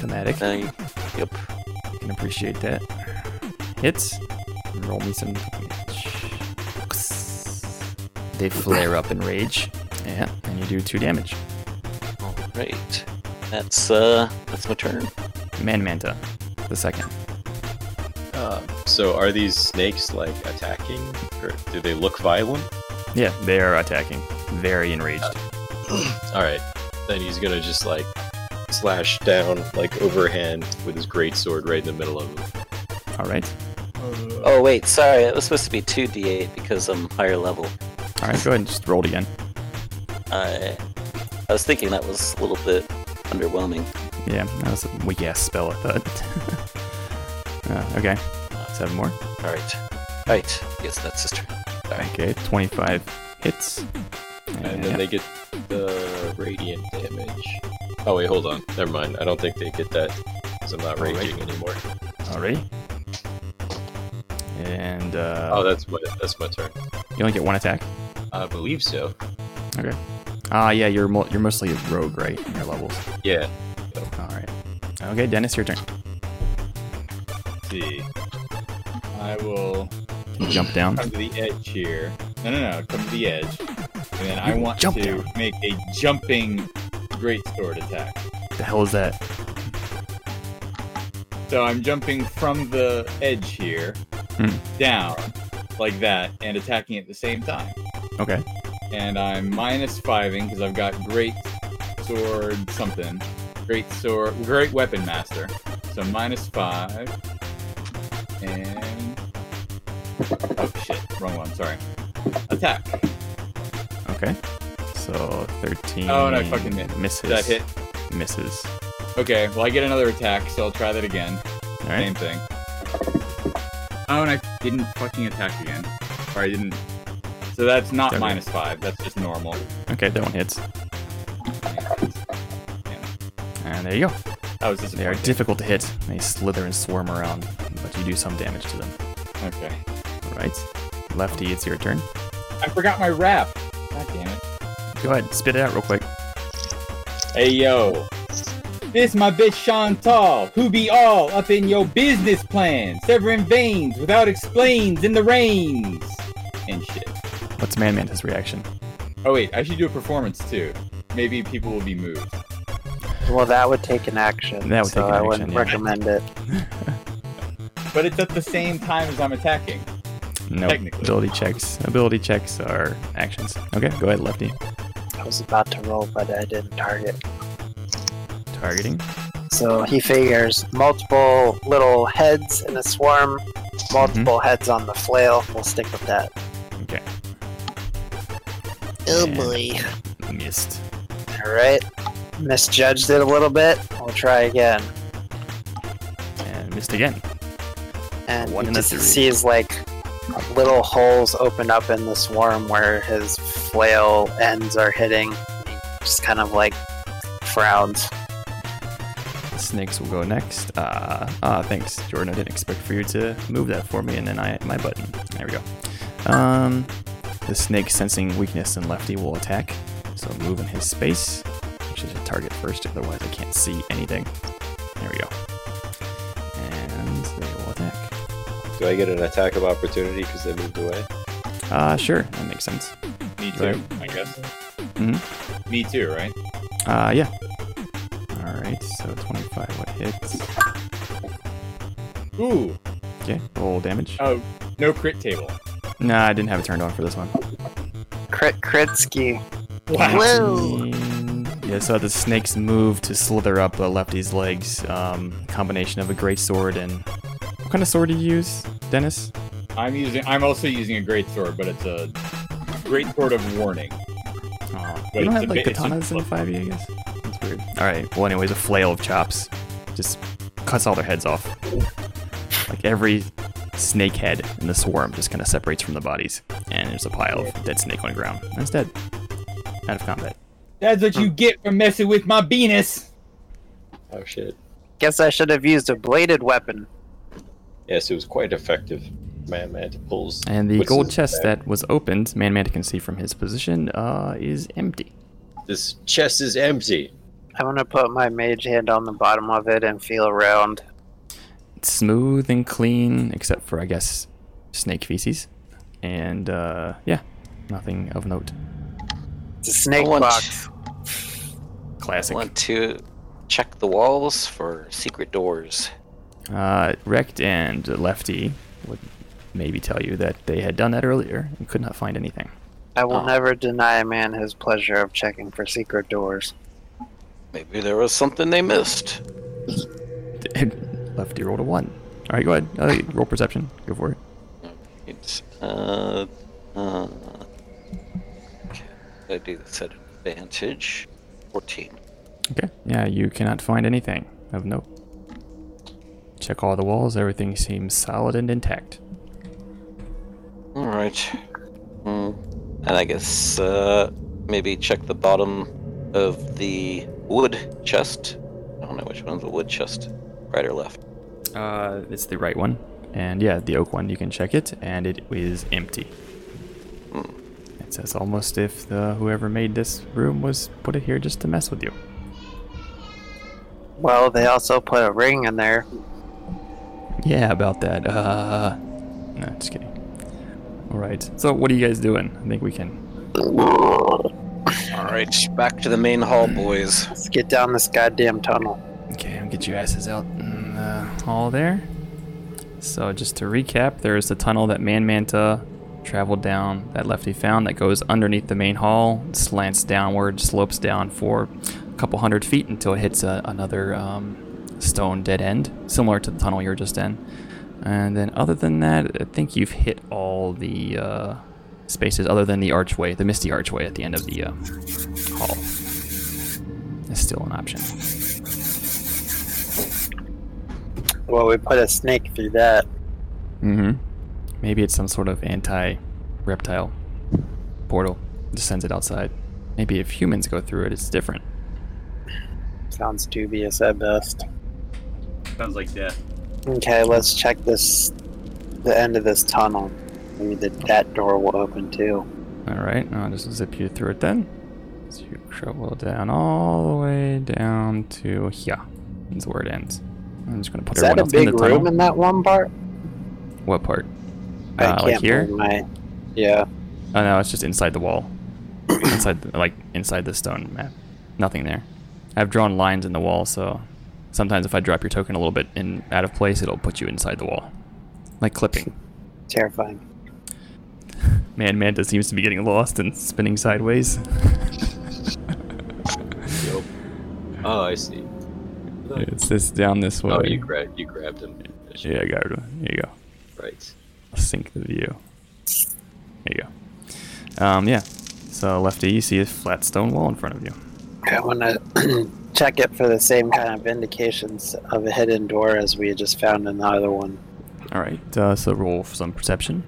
E: Thematic.
D: no, you- yep.
E: Can appreciate that. Hits. Roll me some damage. They flare up in rage. Yeah, and you do two damage.
D: All right, that's uh, that's my turn.
E: Man Manta, the second.
A: Um, so are these snakes like attacking, or do they look violent?
E: Yeah, they are attacking. Very enraged.
A: All right, then he's gonna just like slash down like overhand with his great sword right in the middle of them.
E: All right.
D: Oh wait, sorry, it was supposed to be two d8 because I'm higher level.
E: All right, go ahead and just roll it again.
D: I I was thinking that was a little bit underwhelming.
E: Yeah, that was a weak ass spell, I thought. uh, okay. Seven more.
D: All right, all right. Yes, that's his turn. Sorry.
E: Okay, 25 hits.
A: and then they get the radiant damage. Oh wait, hold on. Never mind. I don't think they get that because I'm not raging anymore.
E: Already? And, uh,
A: Oh, that's my that's my turn.
E: you only get one attack.
A: I believe so.
E: Ah, yeah, you're mo- you're mostly a rogue, right? in Your levels.
A: Yeah.
E: All right. Okay, Dennis, your turn.
A: let's see,
G: I will
E: Jump down.
G: come to the edge here. No, no, no, come to the edge. And then I
E: You
G: want
E: jump
G: to
E: down.
G: make a jumping greatsword attack.
E: the hell is that?
G: So I'm jumping from the edge here
E: Hmm.
G: down like that and attacking at the same time.
E: Okay.
G: And I'm minus fiving because I've got great sword something. Great sword, great weapon master. So minus five. And. Oh shit, wrong one, sorry. Attack.
E: Okay. So 13.
G: Oh, and I fucking missed.
E: Misses.
G: Did I hit?
E: Misses.
G: Okay, well, I get another attack, so I'll try that again.
E: All right.
G: Same thing. Oh, and I didn't fucking attack again. Or I didn't. So that's not
E: Okay.
G: minus five. That's just normal.
E: Okay, that one hits. And there you go.
G: That was just
E: They are difficult to hit. They slither and swarm around, but you do some damage to them.
G: Okay.
E: All right. Lefty, it's your turn.
G: I forgot my wrap. God damn it.
E: Go ahead, spit it out real quick.
G: Hey yo. This my bitch Chantal, who be all up in your business plan, severing veins without explains in the reins and shit.
E: What's Man Manta's reaction?
G: Oh wait, I should do a performance too. Maybe people will be moved.
C: Well, that would take an action.
E: That would
C: so
E: take an
C: I
E: action,
C: wouldn't
E: yeah.
C: recommend it.
G: But it's at the same time as I'm attacking.
E: No.
G: Technically.
E: Ability checks. Ability checks are actions. Okay, go ahead, Lefty.
C: I was about to roll, but I didn't target.
E: Targeting.
C: So he figures multiple little heads in a swarm, multiple heads on the flail. We'll stick with that.
E: Mm-hmm. Okay.
C: Oh
E: And-
C: boy.
E: Missed.
C: Alright. Misjudged it a little bit. We'll try again.
E: And missed again.
C: And
E: One
C: he
E: and a
C: just
E: three.
C: sees like little holes open up in the swarm where his flail ends are hitting. He just kind of like frowns.
E: Snakes will go next. Ah, uh, ah, thanks, Jordan. I didn't expect for you to move that for me, and then I my button. There we go. Um, the snake sensing weakness in Lefty will attack. So move in his space. Actually, should target first, otherwise I can't see anything. There we go. And they will attack.
A: do I get an attack of opportunity because they moved away?
E: Ah, sure, that makes sense.
G: Me too, I guess. Me too, right?
E: Uh, yeah. All right, so 25 what hits?
G: Ooh,
E: Okay, roll damage.
G: oh, no crit table.
E: Nah, I didn't have it turned on for this one.
C: Crit Kritsky. Whoa.
E: Mm, Yeah, so the snakes move to slither up uh, Lefty's legs. Um, combination of a great sword and what kind of sword do you use, Dennis?
G: I'm using. I'm also using a great sword, but it's a great sword of warning.
E: Oh,
G: Wait,
E: you don't
G: it's
E: have
G: a
E: like
G: bit- it's a-
E: katanas in 5e, I guess. That's weird. All right. Well, anyways, a flail of chops just cuts all their heads off. Like every snake head in the swarm just kind of separates from the bodies, and there's a pile of dead snake on the ground. And it's dead. Out of combat.
G: That's what you get for messing with my Venus.
A: Oh shit.
C: Guess I should have used a bladed weapon.
A: Yes, it was quite effective. Man Manta pulls.
E: And the
A: puts
E: gold
A: his
E: chest
A: bag-
E: that was opened, Man Manta can see from his position, uh, is empty.
A: This chest is empty.
C: I'm gonna put my mage hand on the bottom of it and feel around.
E: It's smooth and clean, except for, I guess, snake feces. And, uh, yeah, nothing of note.
C: It's a snake
D: I want-
C: box.
E: Classic.
D: Want to check the walls for secret doors?
E: Uh, Rect and Lefty would maybe tell you that they had done that earlier and could not find anything.
C: I will
D: Oh.
C: never deny a man his pleasure of checking for secret doors.
D: Maybe there was something they missed.
E: Lefty rolled a one. All right, go ahead. Uh, roll perception. Go for it.
D: It's uh, uh. Okay, I do this at advantage. Fourteen.
E: Okay. Yeah, you cannot find anything of note. Check all the walls. Everything seems solid and intact.
D: All right. Mm. And I guess uh, maybe check the bottom of the wood chest. I don't know which one's the wood chest, right or left.
E: Uh, it's the right one. And yeah, the oak one. You can check it, and it is empty. Hmm. It says almost if the whoever made this room was put it here just to mess with you.
C: Well, they also put a ring in there.
E: Yeah, about that. Uh, no, just kidding. All right. So, what are you guys doing? I think we can.
D: All right, back to the main hall, boys.
C: Let's get down this goddamn tunnel.
E: Okay, I'll get your asses out in the hall there. So, just to recap, there is the tunnel that Man Manta traveled down, that Lefty found, that goes underneath the main hall, slants downward, slopes down for a couple hundred feet until it hits a, another um, stone dead end, similar to the tunnel you were just in. And then, other than that, I think you've hit all the uh, spaces other than the archway, the misty archway at the end of the uh, hall. It's still an option.
C: Well, we put a snake through that.
E: Mm-hmm. Maybe it's some sort of anti-reptile portal. Just sends it outside. Maybe if humans go through it, it's different.
C: Sounds dubious at best.
J: Sounds like death.
C: Okay, let's check this. The end of this tunnel. Maybe the, that door will open too.
E: All right, I'll just zip you through it then. So you travel down all the way down to here. That's where it ends. I'm just gonna put
C: Is that
E: everyone
C: a
E: else in
C: big
E: the
C: room
E: tunnel.
C: in that one part?
E: What part? Uh, like here?
C: find My... Yeah.
E: Oh no, it's just inside the wall. inside, the, like inside the stone map. Nothing there. I've drawn lines in the wall, so sometimes if I drop your token a little bit in out of place, it'll put you inside the wall, like clipping.
C: Terrifying.
E: Man, Manta seems to be getting lost and spinning sideways.
A: Oh, I see.
F: It's this down this way.
A: Oh, you grabbed you grabbed him.
E: yeah, I got it. There you go.
A: Right.
E: I'll sync the view. There you go. Um, yeah. So lefty, you see a flat stone wall in front of you.
C: I want to check it for the same kind of indications of a hidden door as we had just found in the other one.
E: All right. Uh, so roll for some perception.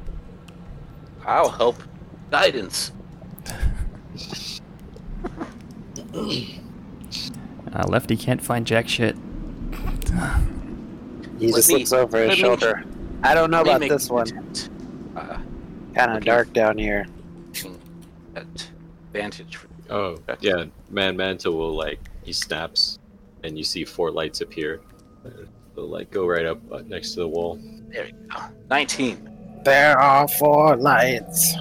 D: I'll help. Guidance.
E: Uh, lefty can't find jack shit.
C: He
D: Let
C: just
D: me-
C: looks over his
D: let me-
C: shoulder. I don't know
D: Let me
C: about
D: make
C: this
D: an
C: one.
D: attempt Uh,
C: Kind of
D: Okay.
C: dark down here.
D: at advantage. For,
A: Oh, yeah. Man Manta will like he snaps, and you see four lights appear. They'll like go right up uh, next to the wall.
D: there we go. Nineteen.
C: There are four lights.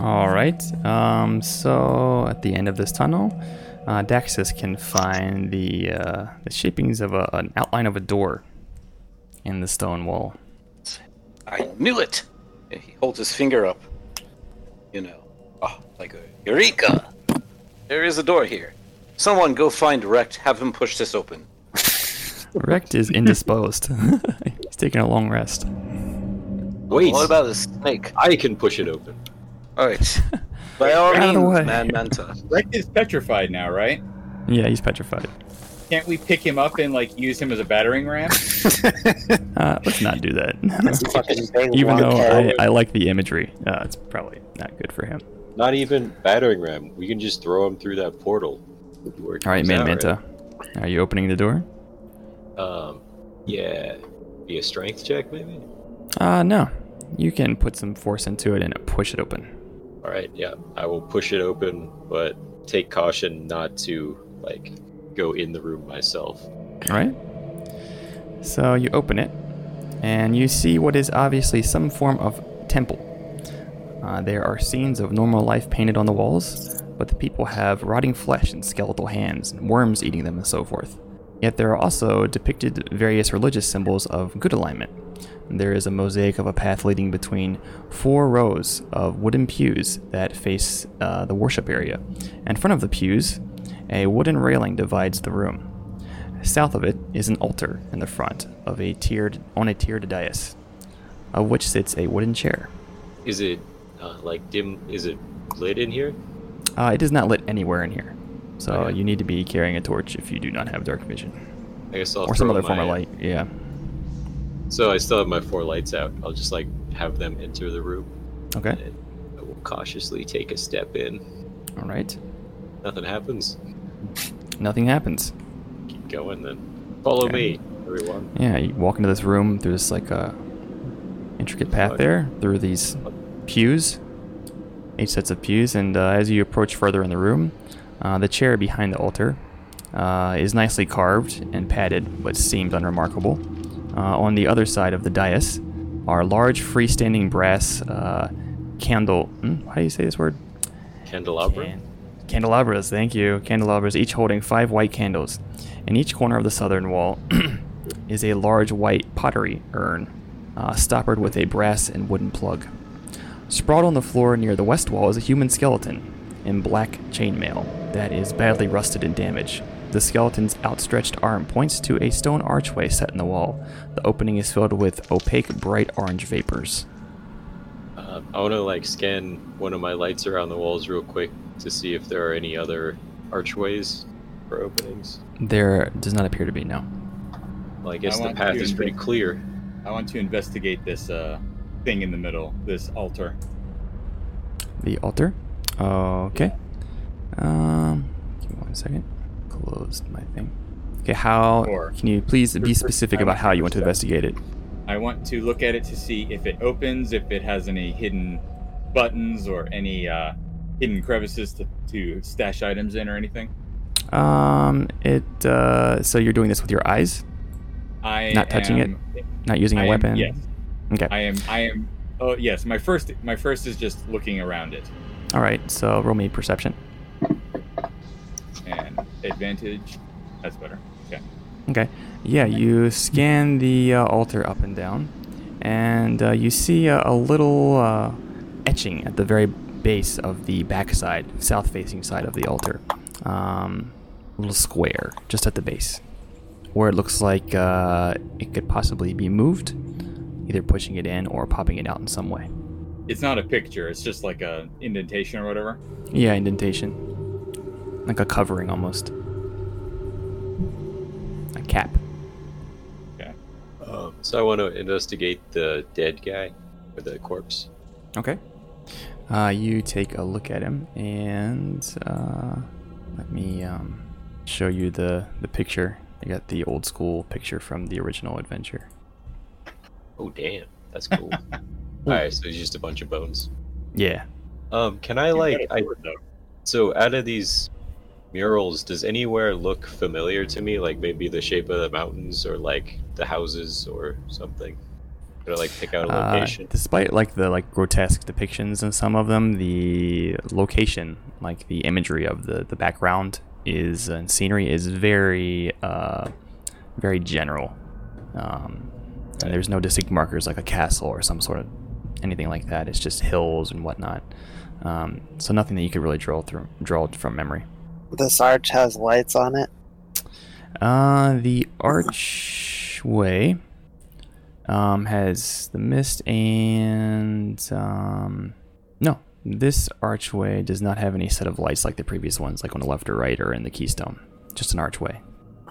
E: All right. Um, so at the end of this tunnel, uh, Daxus can find the uh, the shapings of a, an outline of a door in the stone wall.
D: I knew it. And He holds his finger up. You know, oh, like a eureka. There is a door here. Someone go find Rect. Have him push this open.
E: Rect is indisposed. He's taking a long rest.
A: Wait,
D: What about the snake?
A: I can push it open.
D: All right. By all
E: Out of the way.
D: means, man, Manta.
G: Rex is petrified now, right?
E: Yeah, he's petrified.
G: Can't we pick him up and like use him as a battering ram?
E: Uh, let's not do that.
C: Fucking big
E: Even though I,
C: lunkhead.
E: I like the imagery, uh, it's probably not good for him.
A: Not even battering ram. We can just throw him through that portal. Where it
E: All right,
A: comes
E: Man
A: out,
E: Manta, are you opening the door?
A: Um, yeah. Be a strength check, maybe.
E: Uh, no. You can put some force into it and push it open.
A: All right, yeah, I will push it open, but take caution not to like go in the room myself.
E: All right. So you open it, and you see what is obviously some form of temple. Uh, there are scenes of normal life painted on the walls, but the people have rotting flesh and skeletal hands, and worms eating them, and so forth. Yet there are also depicted various religious symbols of good alignment. There is a mosaic of a path leading between four rows of wooden pews that face uh, the worship area. In front of the pews, a wooden railing divides the room. South of it is an altar in the front of a tiered on a tiered dais, of which sits a wooden chair.
A: Is it uh, like dim? Is it lit in here?
E: Uh, it is not lit anywhere in here, so
A: Okay.
E: you need to be carrying a torch if you do not have dark vision
A: I guess I'll
E: or some
A: throw
E: other form
A: my- uh,
E: of light. Yeah.
A: So I still have my four lights out. I'll just like have them enter the room.
E: Okay.
A: I will cautiously take a step in.
E: All right.
A: Nothing happens.
E: Nothing happens.
A: Keep going then. Follow
E: Okay.
A: me, everyone.
E: Yeah, you walk into this room through this like uh, intricate path there through these pews, eight sets of pews, and uh, as you approach further in the room, uh, the chair behind the altar uh, is nicely carved and padded, but seems unremarkable. Uh, on the other side of the dais are large freestanding brass uh, candle. Hmm? How do you say this word?
A: Candelabra.
E: Can- Candelabras, thank you. Candelabras, each holding five white candles. In each corner of the southern wall is a large white pottery urn, uh, stoppered with a brass and wooden plug. Sprawled on the floor near the west wall is a human skeleton in black chainmail that is badly rusted and damaged. The skeleton's outstretched arm points to a stone archway set in the wall. The opening is filled with opaque, bright orange vapors.
A: Uh, I want to like scan one of my lights around the walls real quick to see if there are any other archways or openings.
E: There does not appear to be, no.
A: Well, I guess the
G: want
A: path
G: you
A: is
G: to-
A: pretty clear.
G: I want to investigate this uh, thing in the middle, this altar.
E: The altar. Okay. Um, give me one second. Closed my thing. Okay, how
G: Or-
E: can you please
G: per-
E: be
G: per-
E: specific
G: I
E: about
G: want
E: how you want to
G: perception.
E: investigate it?
G: I want to look at it to see if it opens, if it has any hidden buttons or any uh, hidden crevices to, to stash items in or anything.
E: Um, it. Uh, so you're doing this with your eyes,
G: I
E: Not touching it?
G: am-
E: not using
G: I
E: a
G: am-
E: weapon.
G: Yes,
E: Okay.
G: I am. I am. Oh yes, my first. My first is just looking around it,
E: All right. So roll me perception.
G: and advantage. That's better. Okay.
E: Okay. Yeah, you scan the uh, altar up and down, and uh, you see a, a little uh, etching at the very base of the backside, south-facing side of the altar. Um, little square just at the base, where it looks like uh, it could possibly be moved, either pushing it in or popping it out in some way.
G: It's not a picture. It's just like a indentation or whatever.
E: Yeah, indentation, like a covering almost, a cap.
A: Um, so I want to investigate the dead guy or the corpse.
E: Okay. Uh, you take a look at him, and uh, let me um, show you the the picture. I got the old school picture from the original adventure.
A: Oh damn, that's cool. All right, so it's just a bunch of bones.
E: Yeah.
A: Um, can I
G: You
A: like
G: got
A: I
G: a sword, though.
A: so out of these murals, does anywhere look familiar to me? Like maybe the shape of the mountains or like the houses or something. Could I like pick out a
E: Uh,
A: location?
E: despite like the like grotesque depictions in some of them, the location, like the imagery of the the background is uh, and scenery is very uh, very general. Um, and there's no distinct markers like a castle or some sort of anything like that. It's just hills and whatnot. Um, so nothing that you could really draw through draw from memory.
C: This arch has lights on it.
E: Uh, the archway um, has the mist and um, no, this archway does not have any set of lights like the previous ones, like on the left or right or in the keystone. Just an archway.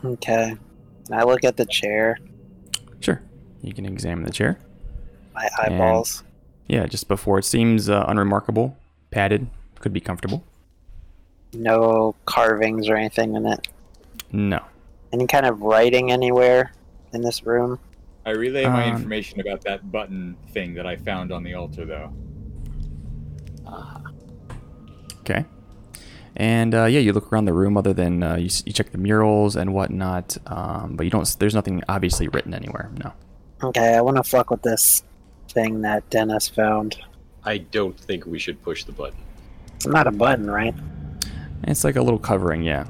C: Okay. Can I look at the chair?
E: Sure, you can examine the chair.
C: My eyeballs.
E: Yeah, just before it seems uh, unremarkable, padded, could be comfortable.
C: No carvings or anything in it.
E: No,
C: Any kind of writing anywhere in this room?
G: I relay my
F: Um,
G: information about that button thing that I found on the altar, though.
E: Okay. And uh, yeah, you look around the room. Other than uh, you, s- you check the murals and whatnot, um, but you don't. s- There's nothing obviously written anywhere. No.
C: Okay, I want to fuck with this thing that Dennis found.
A: I don't think we should push the button.
C: It's not a button, right?
E: And it's like a little covering. Yeah,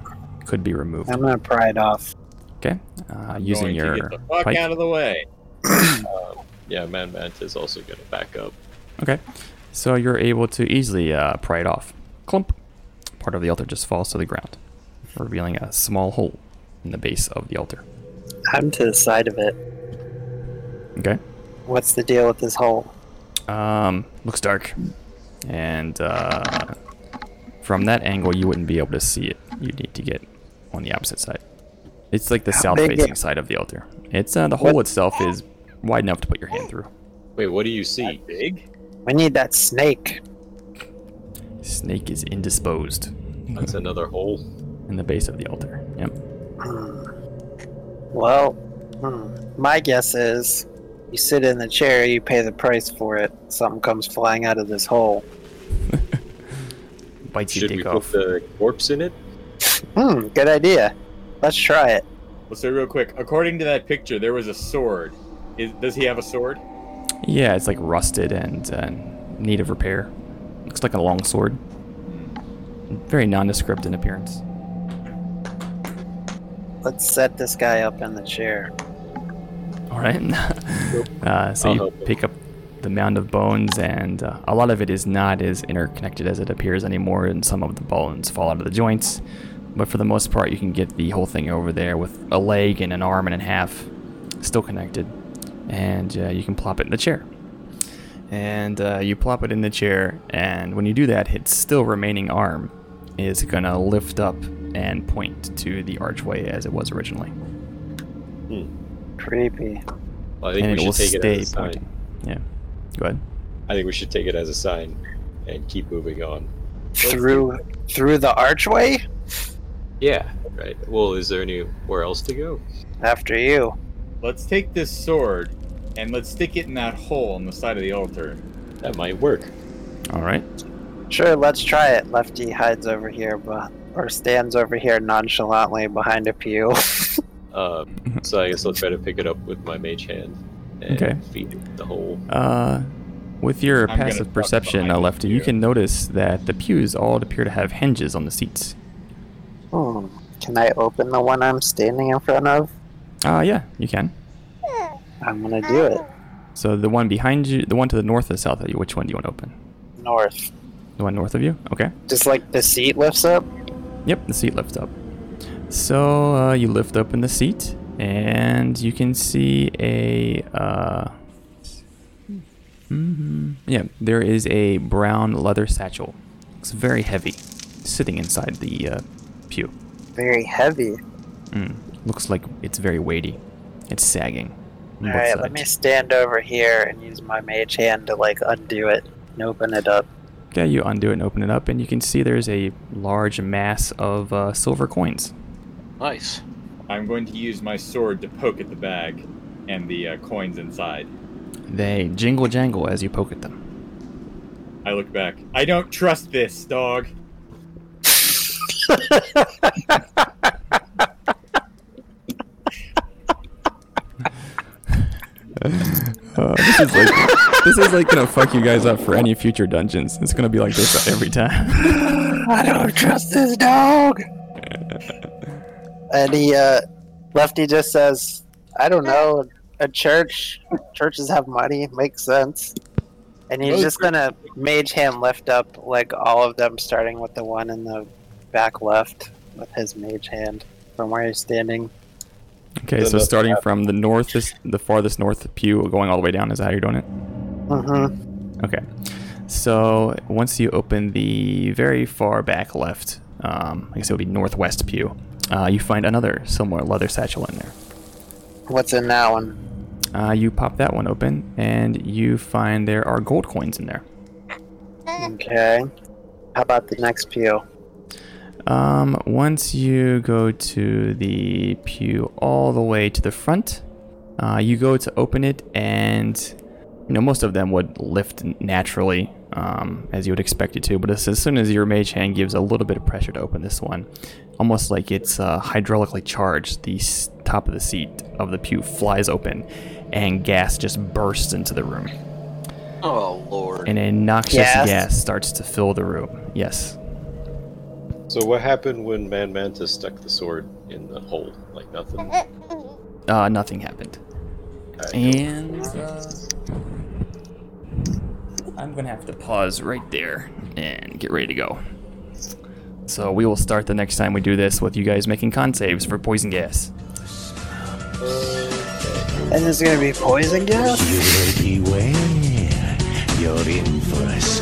E: could be removed.
C: I'm gonna pry it off.
E: Okay. Uh, using
G: Going
E: your
G: to get the fuck
E: pike.
G: out of the way.
A: Yeah, Man Mant is also going to back up.
E: Okay. So you're able to easily uh, pry it off. Clump. Part of the altar just falls to the ground, revealing a small hole in the base of the altar.
C: I'm to the side of it.
E: Okay.
C: What's the deal with this hole?
E: Um, looks dark. And uh, from that angle, you wouldn't be able to see it. You need to get on the opposite side. It's like the
C: How
E: south
C: big
E: facing
C: it-
E: side of the altar. It's uh, the hole
C: What-
E: itself is wide enough to put your hand through.
A: Wait, what do you see?
G: Big?
C: We need that snake.
E: Snake is indisposed
A: That's another hole.
E: in the base of the altar. Yep.
C: Hmm. Well, hmm. my guess is you sit in the chair, you pay the price for it. Something comes flying out of this hole.
E: Bites your
A: Should we
E: dick
A: put
E: off.
A: the corpse in it?
C: Hmm, good idea. Let's try it.
G: Let's say real quick. According to that picture, there was a sword. Is, does he have a sword?
E: Yeah, it's like rusted and uh, need of repair. Looks like a long sword. Very nondescript in appearance.
C: Let's set this guy up in the chair.
E: All right. uh, so
A: I'll
E: you
A: help him.
E: pick up the mound of bones, and uh, a lot of it is not as interconnected as it appears anymore, and some of the bones fall out of the joints. But for the most part, you can get the whole thing over there with a leg and an arm and a half still connected, and uh, you can plop it in the chair. And uh, you plop it in the chair, and when you do that, its still remaining arm is gonna lift up and point to the archway as it was originally.
C: Creepy.
A: I think
E: and
A: we
E: it will
A: should take it
E: stay
A: as a sign.
E: pointing. Yeah. Go ahead.
A: I think we should take it as a sign and keep moving on.
C: Through through the archway?
A: Yeah. Right. Well, is there anywhere else to go?
C: After you.
G: Let's take this sword and let's stick it in that hole on the side of the altar.
A: That might work.
E: All right.
C: Sure, let's try it. Lefty hides over here, but or stands over here nonchalantly behind a pew.
A: Um, so I guess I'll try to pick it up with my mage hand and
E: Okay.
A: feed it the hole.
E: Uh, with your
G: gonna
E: passive
G: duck
E: perception,
G: behind
E: uh,
G: the
E: Lefty, you
G: pew.
E: can notice that the pews all appear to have hinges on the seats.
C: Hmm. Can I open the one I'm standing in front of?
E: Uh, yeah, you can.
C: I'm gonna do it.
E: So the one behind you, the one to the north and south of you, which one do you want to open?
C: North.
E: The one north of you? Okay.
C: Just like the seat lifts up?
E: Yep, the seat lifts up. So uh, you lift up in the seat, and you can see a. Uh, mhm. Yeah, there is a brown leather satchel. It's very heavy, sitting inside the uh, pew.
C: Very heavy.
E: Mm, looks like it's very weighty. It's sagging. on both
C: Alright, let me
E: sides.
C: stand over here and use my mage hand to like undo it and open it up.
E: Okay, you undo it and open it up, and you can see there's a large mass of uh, silver coins.
D: Nice.
G: I'm going to use my sword to poke at the bag and the uh, coins inside.
E: They jingle jangle as you poke at them.
G: I look back. I don't trust this, dog.
F: Uh, this is like this is like gonna fuck you guys up for any future dungeons. It's gonna be like this every time.
C: I don't trust this dog. and he, uh, Lefty just says, I don't know, a church. Churches have money. Makes sense. And he's
G: Those
C: just gonna mage hand lift up, like, all of them, starting with the one in the back left with his mage hand from where he's standing.
E: Okay, so starting from the northest, the farthest north pew, going all the way down. Is that how you're doing it?
C: hmm
E: Okay. So once you open the very far back left, um, I guess it would be northwest pew, uh, you find another similar leather satchel in there.
C: What's in that one?
E: Uh, you pop that one open, and you find there are gold coins in there.
C: Okay. How about the next pew?
E: Um, once you go to the pew all the way to the front, Uh, you go to open it, and you know most of them would lift naturally, um, as you would expect it to. But as, as soon as your mage hand gives a little bit of pressure to open this one, almost like it's uh, hydraulically charged, the s- top of the seat of the pew flies open, and gas just bursts into the room,
D: Oh lord.
E: and a noxious
C: Gas?
E: gas starts to fill the room. Yes.
A: So what happened when Man Mantis stuck the sword in the hole? Like nothing.
E: Uh, nothing happened. And uh, I'm gonna have to pause right there and get ready to go. So we will start the next time we do this with you guys making con saves for poison gas.
C: And there's gonna be poison gas?
K: Beware, you're in for a